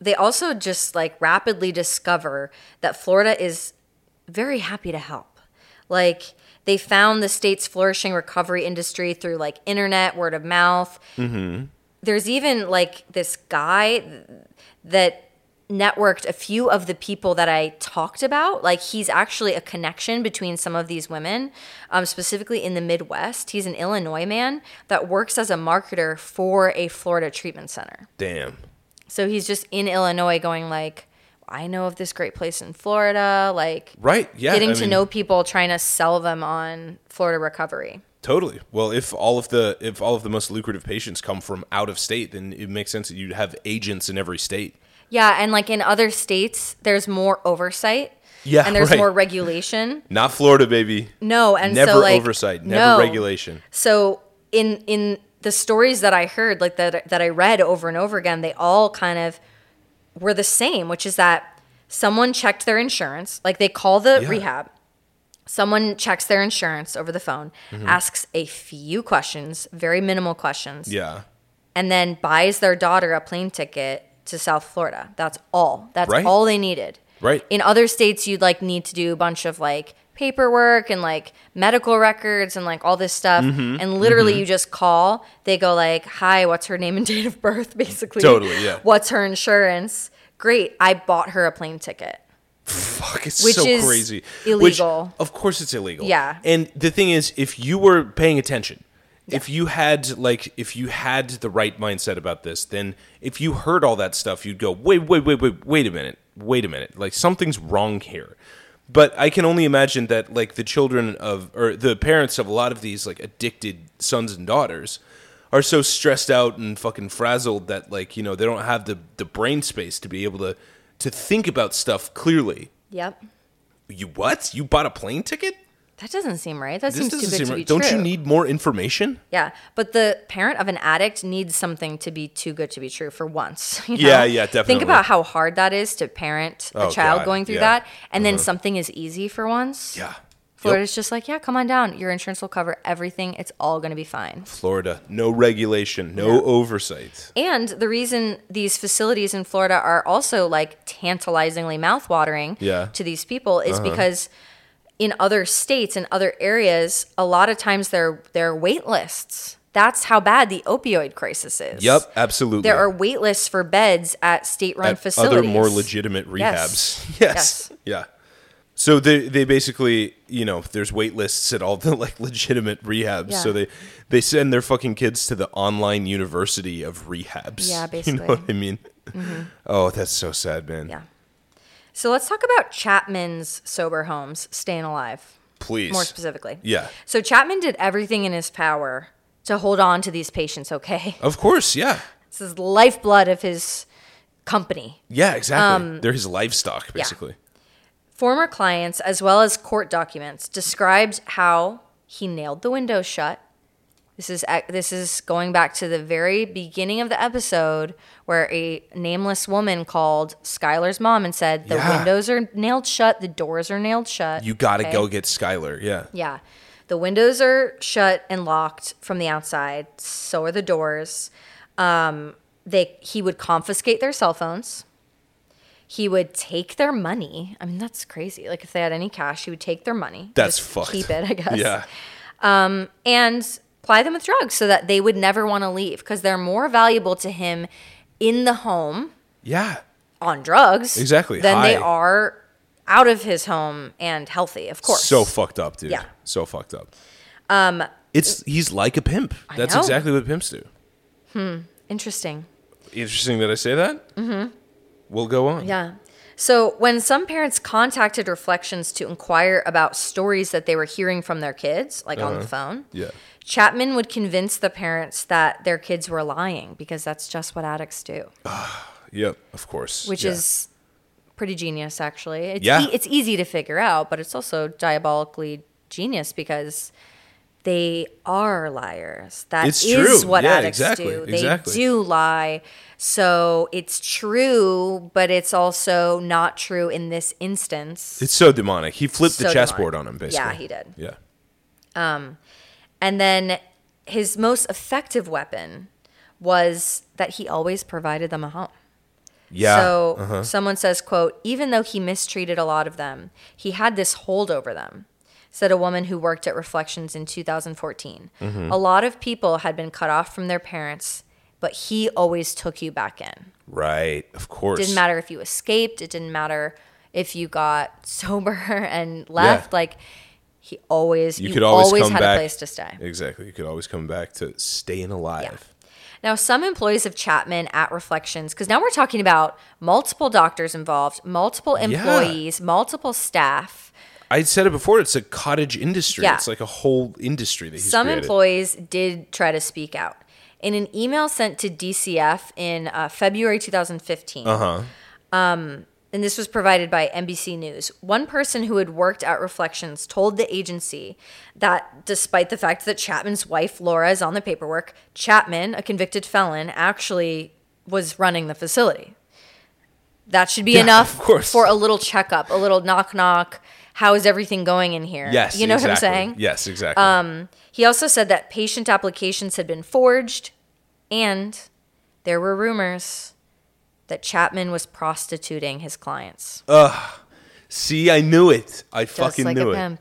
they also just like rapidly discover that Florida is very happy to help. Like they found the state's flourishing recovery industry through like internet, word of mouth. There's even like this guy th- that networked a few of the people that I talked about. Like he's actually a connection between some of these women, um, specifically in the Midwest. He's an Illinois man that works as a marketer for a Florida treatment center. Damn. So he's just in Illinois going like, I know of this great place in Florida, like Right. Yeah. getting I to mean, know people, trying to sell them on Florida recovery. Totally. Well, if all of the if all of the most lucrative patients come from out of state, then it makes sense that you'd have agents in every state. Yeah, and like in other states, there's more oversight. Yeah, and there's right. more regulation. Not Florida, baby. No, and never so, like, oversight, never no. regulation. So in in the stories that I heard, like that that I read over and over again, they all kind of were the same, which is that someone checked their insurance, like they call the Yeah. rehab. Someone checks their insurance over the phone, Mm-hmm. asks a few questions, very minimal questions, Yeah. and then buys their daughter a plane ticket to South Florida. That's all. That's Right. all they needed. Right. In other states, you'd like need to do a bunch of like paperwork and like medical records and like all this stuff. Mm-hmm. And literally, you just call. They go like, "Hi, what's her name and date of birth?" Basically. Totally, yeah. What's her insurance? Great. I bought her a plane ticket. Fuck, it's Which so is crazy. illegal. of course it's illegal. Yeah. And the thing is, if you were paying attention, if you had like if you had the right mindset about this, then if you heard all that stuff, you'd go, wait, wait, wait, wait, wait a minute. Wait a minute. Like something's wrong here. But I can only imagine that like the children of or the parents of a lot of these like addicted sons and daughters are so stressed out and fucking frazzled that like, you know, they don't have the the brain space to be able to to think about stuff clearly Yep. you what? You bought a plane ticket? That doesn't seem right. That This seems too doesn't good seem to be right. Don't true. you need more information? Yeah, but the parent of an addict needs something to be too good to be true for once. you Yeah, know? yeah, Think definitely. about how hard that is to parent a Oh, child God, going through yeah. Uh-huh. that, and then something is easy for once. Yeah. Florida's just like, yeah, come on down. Your insurance will cover everything. It's all going to be fine. Florida, no regulation, no oversight. And the reason these facilities in Florida are also like tantalizingly mouthwatering Yeah. Uh-huh. to these people is because in other states and other areas, a lot of times there there are wait lists. That's how bad the opioid crisis is. Yep, absolutely. There are wait lists for beds at state-run At facilities. other more legitimate Yes. rehabs. Yes. Yes. Yeah. So they they basically, you know, there's wait lists at all the like legitimate rehabs. Yeah. So they they send their fucking kids to the online university of rehabs. Yeah, You basically. Mm-hmm. know what I mean? Oh, that's so sad, man. Yeah. So let's talk about Chapman's sober homes, staying alive Please. more specifically. Yeah. So Chapman did everything in his power to hold on to these patients, okay? Of course, yeah. This is the lifeblood of his company. Yeah, exactly. Um, They're his livestock, basically. Former clients, as well as court documents, described how he nailed the window shut. This is ac- this is going back to the very beginning of the episode where a nameless woman called Skylar's mom and said the Yeah. windows are nailed shut, the doors are nailed shut. You gotta Okay? go get Skylar. Yeah. Yeah. The windows are shut and locked from the outside. So are the doors. Um, they he would confiscate their cell phones. He would take their money. I mean, that's crazy. Like if they had any cash, he would take their money. That's Just fucked. Keep it, I guess. Yeah. And ply them with drugs so that they would never want to leave because they're more valuable to him in the home Yeah. on drugs Exactly. than they High. are out of his home and healthy, of course. So fucked up, dude. Yeah. So fucked up. Um, it's he's like a pimp. That's know. exactly what pimps do. interesting. Interesting that I say that. Mm-hmm. We'll go on. Yeah. So, when some parents contacted Reflections to inquire about stories that they were hearing from their kids, like on the phone, Yeah. Chapman would convince the parents that their kids were lying because that's just what addicts do, Yep. Of course. which Yeah. is pretty genius, actually. It's, Yeah. e- it's easy to figure out, but it's also diabolically genius because they are liars. That It's is true. what Yeah, addicts exactly, do. They exactly. do lie. So it's true, but it's also not true in this instance. It's so demonic. He flipped the So chessboard demonic. on him, basically. Yeah, he did. Yeah. And then his most effective weapon was that he always provided them a home. Yeah. uh-huh. So someone says, quote, even though he mistreated a lot of them, he had this hold over them, said a woman who worked at Reflections in 2014. Mm-hmm. A lot of people had been cut off from their parents, but he always took you back in. right. Of course. Didn't matter if you escaped, it didn't matter if you got sober and left. Like he always You you, could always always, come had back. a place to stay. Exactly. You could always come back to staying alive. Now, some employees of Chapman at Reflections, because now we're talking about multiple doctors involved, multiple employees, multiple staff. I said it before. It's a cottage industry. Yeah. It's like a whole industry that he's some created. employees did try to speak out. In an email sent to DCF in uh, February 2015, Uh-huh. and this was provided by NBC News. One person who had worked at Reflections told the agency that despite the fact that Chapman's wife, Laura, is on the paperwork, Chapman, a convicted felon, actually was running the facility. That should be Yeah, enough of course. for a little checkup, a little knock knock. How is everything going in here? Yes. You know what exactly. I'm saying? Um, Yes, exactly. He also said that patient applications had been forged and there were rumors that Chapman was prostituting his clients. See, I knew it. I just fucking like knew a it. pimp.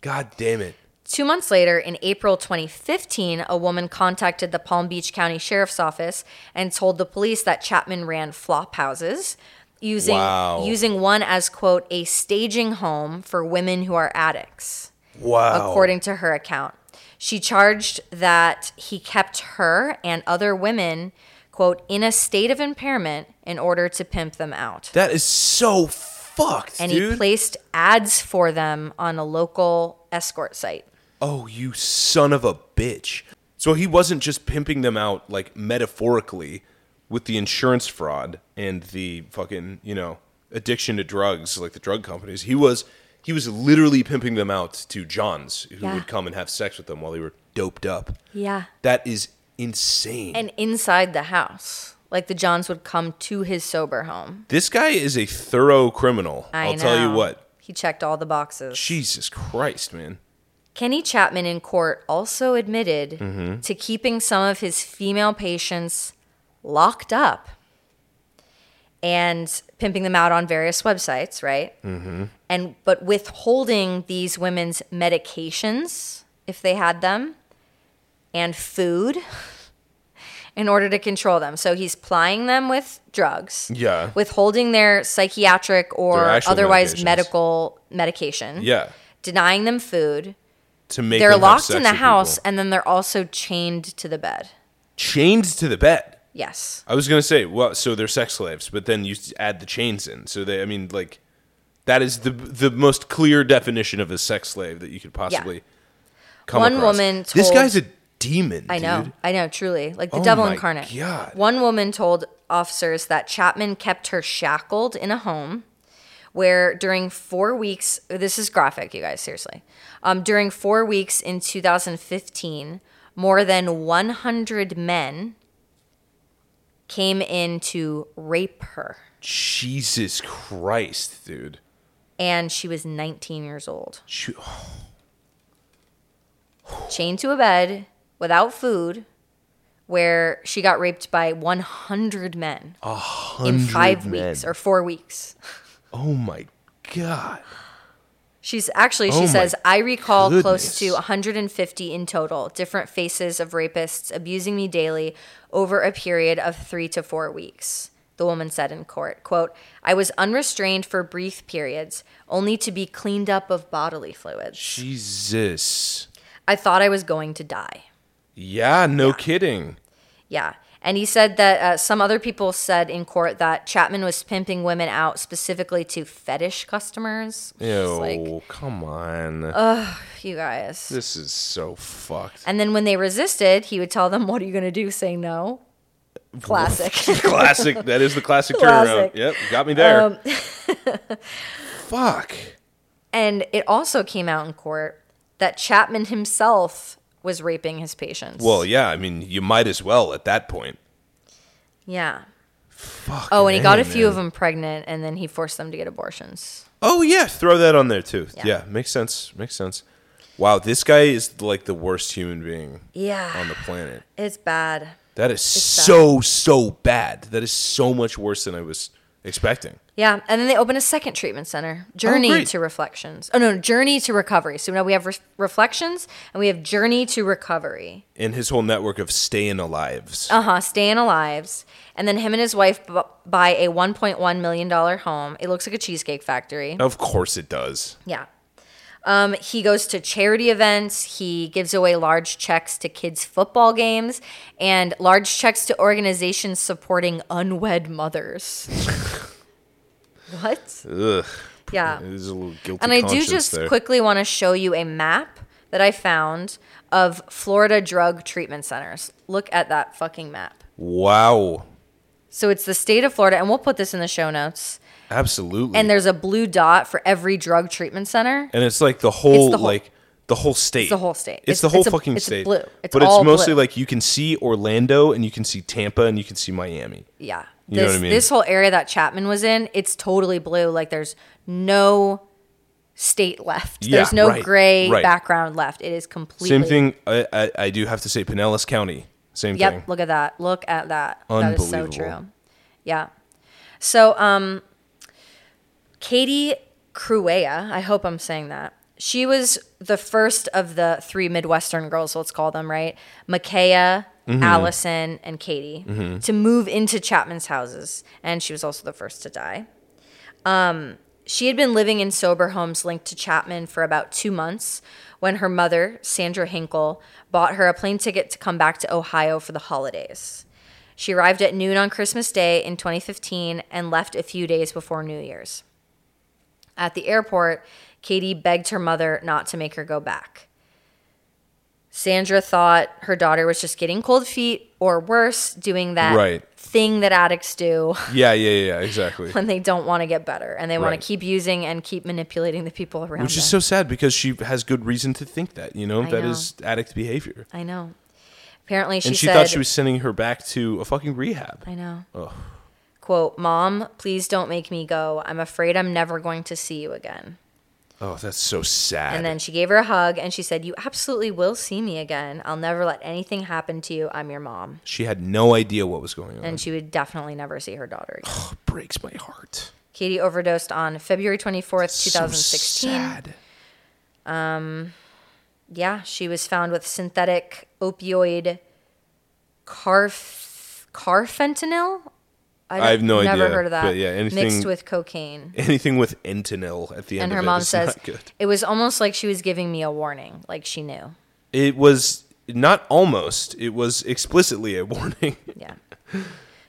God damn it. Two months later, in April 2015, a woman contacted the Palm Beach County Sheriff's Office and told the police that Chapman ran flop houses, using Wow. using one as quote a staging home for women who are addicts, Wow. according to her account. She charged that he kept her and other women quote in a state of impairment in order to pimp them out. that is so fucked, And dude. he placed ads for them on a local escort site. oh, you son of a bitch. So he wasn't just pimping them out like metaphorically with the insurance fraud and the fucking, you know, addiction to drugs like the drug companies. He was he was literally pimping them out to Johns who Yeah. would come and have sex with them while they were doped up. Yeah. That is insane. and inside the house. Like the Johns would come to his sober home. this guy is a thorough criminal. I will tell you know. what. He checked all the boxes. Jesus Christ, man. Kenny Chapman in court also admitted Mm-hmm. to keeping some of his female patients locked up and pimping them out on various websites, right? Mm-hmm. And but withholding these women's medications if they had them and food in order to control them. So he's plying them with drugs. Yeah. Withholding their psychiatric or Their actual otherwise medications. medical medication. Yeah. Denying them food To make Mm-hmm. they're them have locked sex in the with house people. and then they're also chained to the bed. chained to the bed. Yes. I was gonna say, well, so they're sex slaves, but then you add the chains in. So they, I mean, like, that is the the most clear definition of a sex slave that you could possibly come One across. woman this told- guy's a demon. I know. dude. I know, truly. Like the Oh devil my incarnate. God. One woman told officers that Chapman kept her shackled in a home where during four weeks, this is graphic, you guys, seriously. Um, during four weeks in 2015, more than 100 men came in to rape her, Jesus Christ, dude. and she was 19 years old. She- oh, chained to a bed without food where she got raped by 100 men in 100 five men. weeks or four weeks Oh my god. she's actually Oh she my says i recall close goodness. to 150 in total different faces of rapists abusing me daily over a period of three to four weeks the woman said in court. Quote, I was unrestrained for brief periods, only to be cleaned up of bodily fluids. Jesus. I thought I was going to die. Yeah, no kidding. Yeah. And he said that uh, some other people said in court that Chapman was pimping women out specifically to fetish customers. It's Ew, just Like, Uh, come on. you guys. this is so fucked. And then when they resisted, he would tell them, What are you going to do? Say no. Classic. classic. That is the classic Classic. Um, turnaround. Yep, got me there. Fuck. and it also came out in court that Chapman himself was raping his patients. Well, yeah. I mean, you might as well at that point. yeah. Fuck. Oh, and he got a few of them pregnant, and then he forced them to get abortions. Oh yeah, throw that on there too. Yeah. Yeah. makes sense. Makes sense. Wow, this guy is like the worst human being on Yeah, the planet. it's bad. That is so so bad. That is so much worse than I was expecting. Yeah, and then they opened a second treatment center, Journey great. to Reflections. Oh no, Journey to Recovery. So now we have re- Reflections, and we have Journey to Recovery. And his whole network of staying alives. Uh huh. Staying alives, and then him and his wife bu- buy a 1.1 million dollar home. It looks like a cheesecake factory. Of course it does. Yeah. Um, he goes to charity events. He gives away large checks to kids' football games and large checks to organizations supporting unwed mothers. what? Ugh. Yeah. There's a little guilty And I do conscience just there. quickly want to show you a map that I found of Florida drug treatment centers. Look at that fucking map. Wow. So it's the state of Florida, and we'll put this in the show notes. Absolutely. And there's a blue dot for every drug treatment center. And it's like the whole, whole- like the whole state. the whole state. It's, It's- the whole it's a- fucking it's a state. blue. It's but all it's mostly blue. like you can see Orlando and you can see Tampa and you can see Miami. Yeah. You this know what I mean? this whole area that Chapman was in, it's totally blue. Like there's no state left. Yeah, there's no right, gray right. background left. It is completely Same thing. I, I, I do have to say Pinellas County. Same Yep, thing. look at that. Look at that. That is so Unbelievable. true. Yeah. So um Katie Cruea, I hope I'm saying that. She was the first of the three Midwestern girls, let's call them, right? Makaya, Mm-hmm. Allison, and Katie to move into Chapman's houses. And she was also the first to die. She had been living in sober homes linked to Chapman for about two months when her mother, Sandra Hinkle, bought her a plane ticket to come back to Ohio for the holidays. She arrived at noon on Christmas Day in 2015 and left a few days before New Year's. At the airport, Katie begged her mother not to make her go back. Sandra thought her daughter was just getting cold feet or worse, doing that Right. thing that addicts do Yeah, yeah, yeah, yeah, exactly. when they don't want to get better and they Right. want to keep using and keep manipulating the people around Which them. is so sad because she has good reason to think that, you know, I that know. is addict behavior. I know. Apparently, she, And she said, thought she was sending her back to a fucking rehab. I know. Ugh. Quote, Mom, please don't make me go. I'm afraid I'm never going to see you again. Oh, that's so sad. And then she gave her a hug and she said, You absolutely will see me again. I'll never let anything happen to you. I'm your mom. she had no idea what was going on. And she would definitely never see her daughter again. Oh, it breaks my heart. Katie overdosed on February 24th, 2016. So sad. Yeah, she was found with synthetic opioid carf carfentanil. don't- I have no never idea, heard of that. but yeah, anything- mixed with cocaine. Anything with Entanil at the end And of her it mom is says not good. it was almost like she was giving me a warning, like she knew. It was not almost, it was explicitly a warning. Yeah.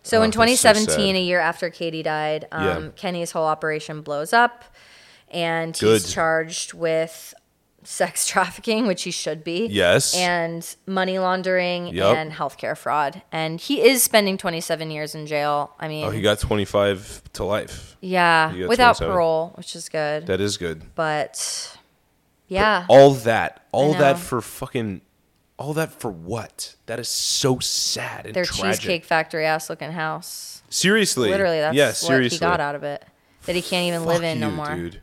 So Oh, that's so in sad. 2017, a year after Katie died, um, Yeah. Kenny's whole operation blows up, and Good. he's charged with sex trafficking, which he should be. Yes. And money laundering Yep. and healthcare fraud, and he is spending 27 years in jail. I mean, oh, he got 25 to life. yeah, he got without 27. parole, which is good, That is good. but yeah, All that, all that Ah. know. for fucking, all that for what? That is so sad and their tragic. cheesecake factory ass looking house. Seriously. Literally, that's yeah, what seriously. he got out of it. That he can't even Fuck live in no you, more. dude.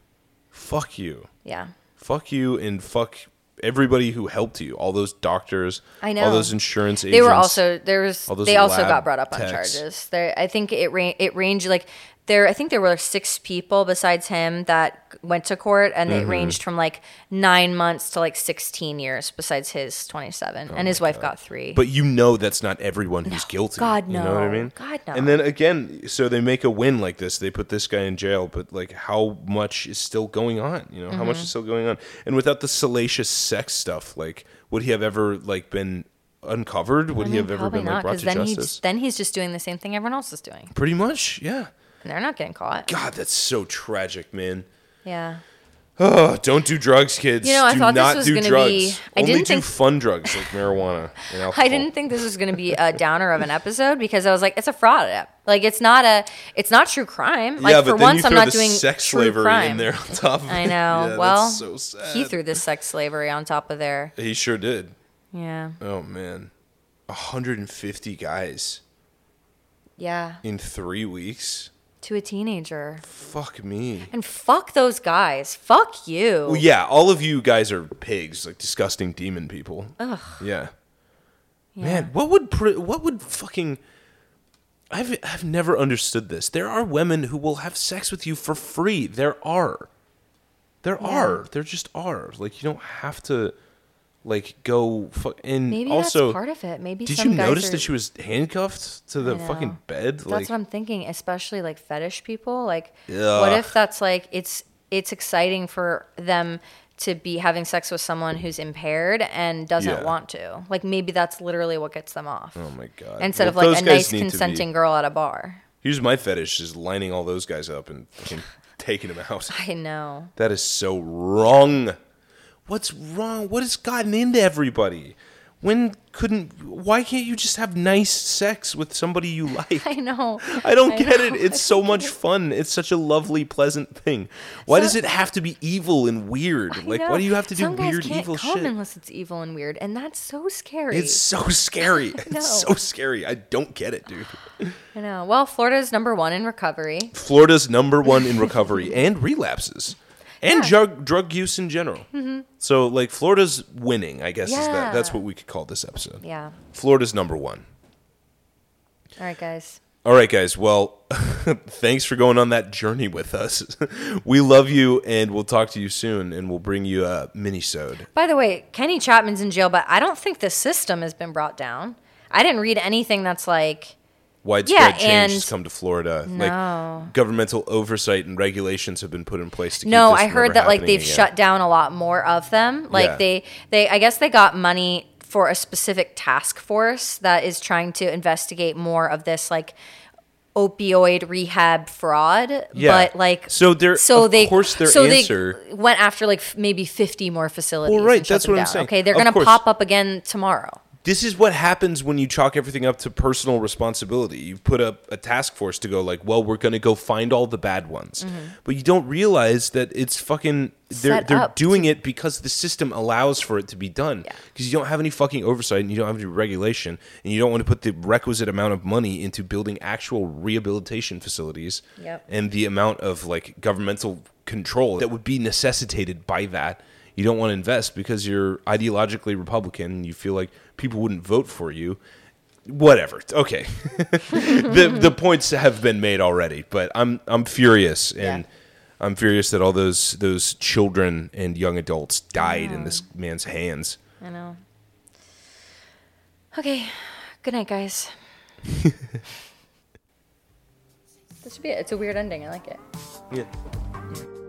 Fuck you. Yeah. Fuck you and fuck everybody who helped you. All those doctors. I All know. those insurance agents. They were also there was all those they also lab got brought up on techs. charges. There I think it ran it ranged like there I think there were six people besides him that went to court, and Mm-hmm. they ranged from like nine months to like sixteen years, besides his twenty-seven, and his wife got three. Oh But you know that's not everyone who's guilty. God, You know what I no. mean? God, no. And then again, so they make a win like this. They put this guy in jail, but like how much is still going on? You know, how much Mm-hmm. is still going on? And without the salacious sex stuff, like would he have ever like been uncovered? Would I he mean, have ever Mm, probably been like not, brought because to then justice? he's then he's just doing the same thing everyone else is doing, Pretty much, yeah. and they're not getting caught. God, that's so tragic, man. Yeah. Oh, don't do drugs, kids. You know, I do thought this not was do gonna drugs. be- I Only didn't do think- fun drugs like marijuana and alcohol. I didn't think this was going to be a downer of an episode because I was like, it's a fraud app. Like it's not a, it's not true crime. Like yeah, but for then once, you I'm throw not the doing sex true slavery crime. in there on top. Of I it. know. Yeah, well, that's so sad. he threw the sex slavery on top of there. He sure did. Yeah, Oh man, 150 guys yeah, in three weeks. to a teenager. Fuck me. And fuck those guys. Fuck you. Well, yeah, all of you guys are pigs, like disgusting demon people. Ugh. Yeah. Man, what would pr- what would fucking I've I've never understood this. There are women who will have sex with you for free. There are. There are. There just are. Like you don't have to like go fu- and Maybe also that's part of it. Maybe Did some you guys notice are- that she was handcuffed to the I know. fucking bed? That's like what I'm thinking, especially like fetish people. Like, Ugh. what if that's like it's it's exciting for them to be having sex with someone who's impaired and doesn't Yeah. want to? Like, maybe that's literally what gets them off Oh my god. instead Well, of like those a guys nice need to be- consenting girl at a bar. Here's my fetish is lining all those guys up and fucking taking them out. I know. That is so wrong. What's wrong? What has gotten into everybody? When couldn't why can't you just have nice sex with somebody you like? I know. I don't get know. it. It's so much fun. It's such a lovely, pleasant thing. Why does it have to be evil and weird? I like know. why do you have to do Some guys weird can't evil come shit? Unless it's evil and weird, and that's so scary. It's so scary. know. It's so scary. I don't get it, dude. I know. Well, Florida's number one in recovery. Florida's number one in recovery and relapses and drug drug use in general. So like Florida's winning, I guess. Is that, that's Mm-hmm. Yeah. what we could call this episode. Yeah. Florida's number one. All right, guys. All right, guys. Well, thanks for going on that journey with us. we love you, and we'll talk to you soon, and we'll bring you a mini-sode. By the way, Kenny Chapman's in jail, but I don't think the system has been brought down. I didn't read anything that's like, Widespread Yeah, change has and- come to Florida. No. Like governmental oversight and regulations have been put in place to keep no, this I from ever heard that like happening they've again. shut down a lot more of them. Like Yeah. they they I guess they got money for a specific task force that is trying to investigate more of this like opioid rehab fraud Yeah. but like So they're- so of they course their so they answer- went after like f- maybe 50 more facilities Well, right, and shut that's them what I'm down. saying. okay they're Of gonna course. pop up again tomorrow this is what happens when you chalk everything up to personal responsibility. You put up a task force to go like, well, we're going to go find all the bad ones, but you don't realize that it's fucking they're Mm-hmm. Set they're up doing it because the system allows for it to be done Yeah. because you don't have any fucking oversight and you don't have any regulation and you don't want to put the requisite amount of money into building actual rehabilitation facilities Yep. and the amount of like governmental control that would be necessitated by that you don't want to invest because you're ideologically republican and you feel like people wouldn't vote for you whatever okay the the points have been made already but i'm i'm furious and Yeah. i'm furious that all those those children and young adults died in this man's hands I know. Okay. Good night, guys. this should be it. It's a weird ending. I like it. yeah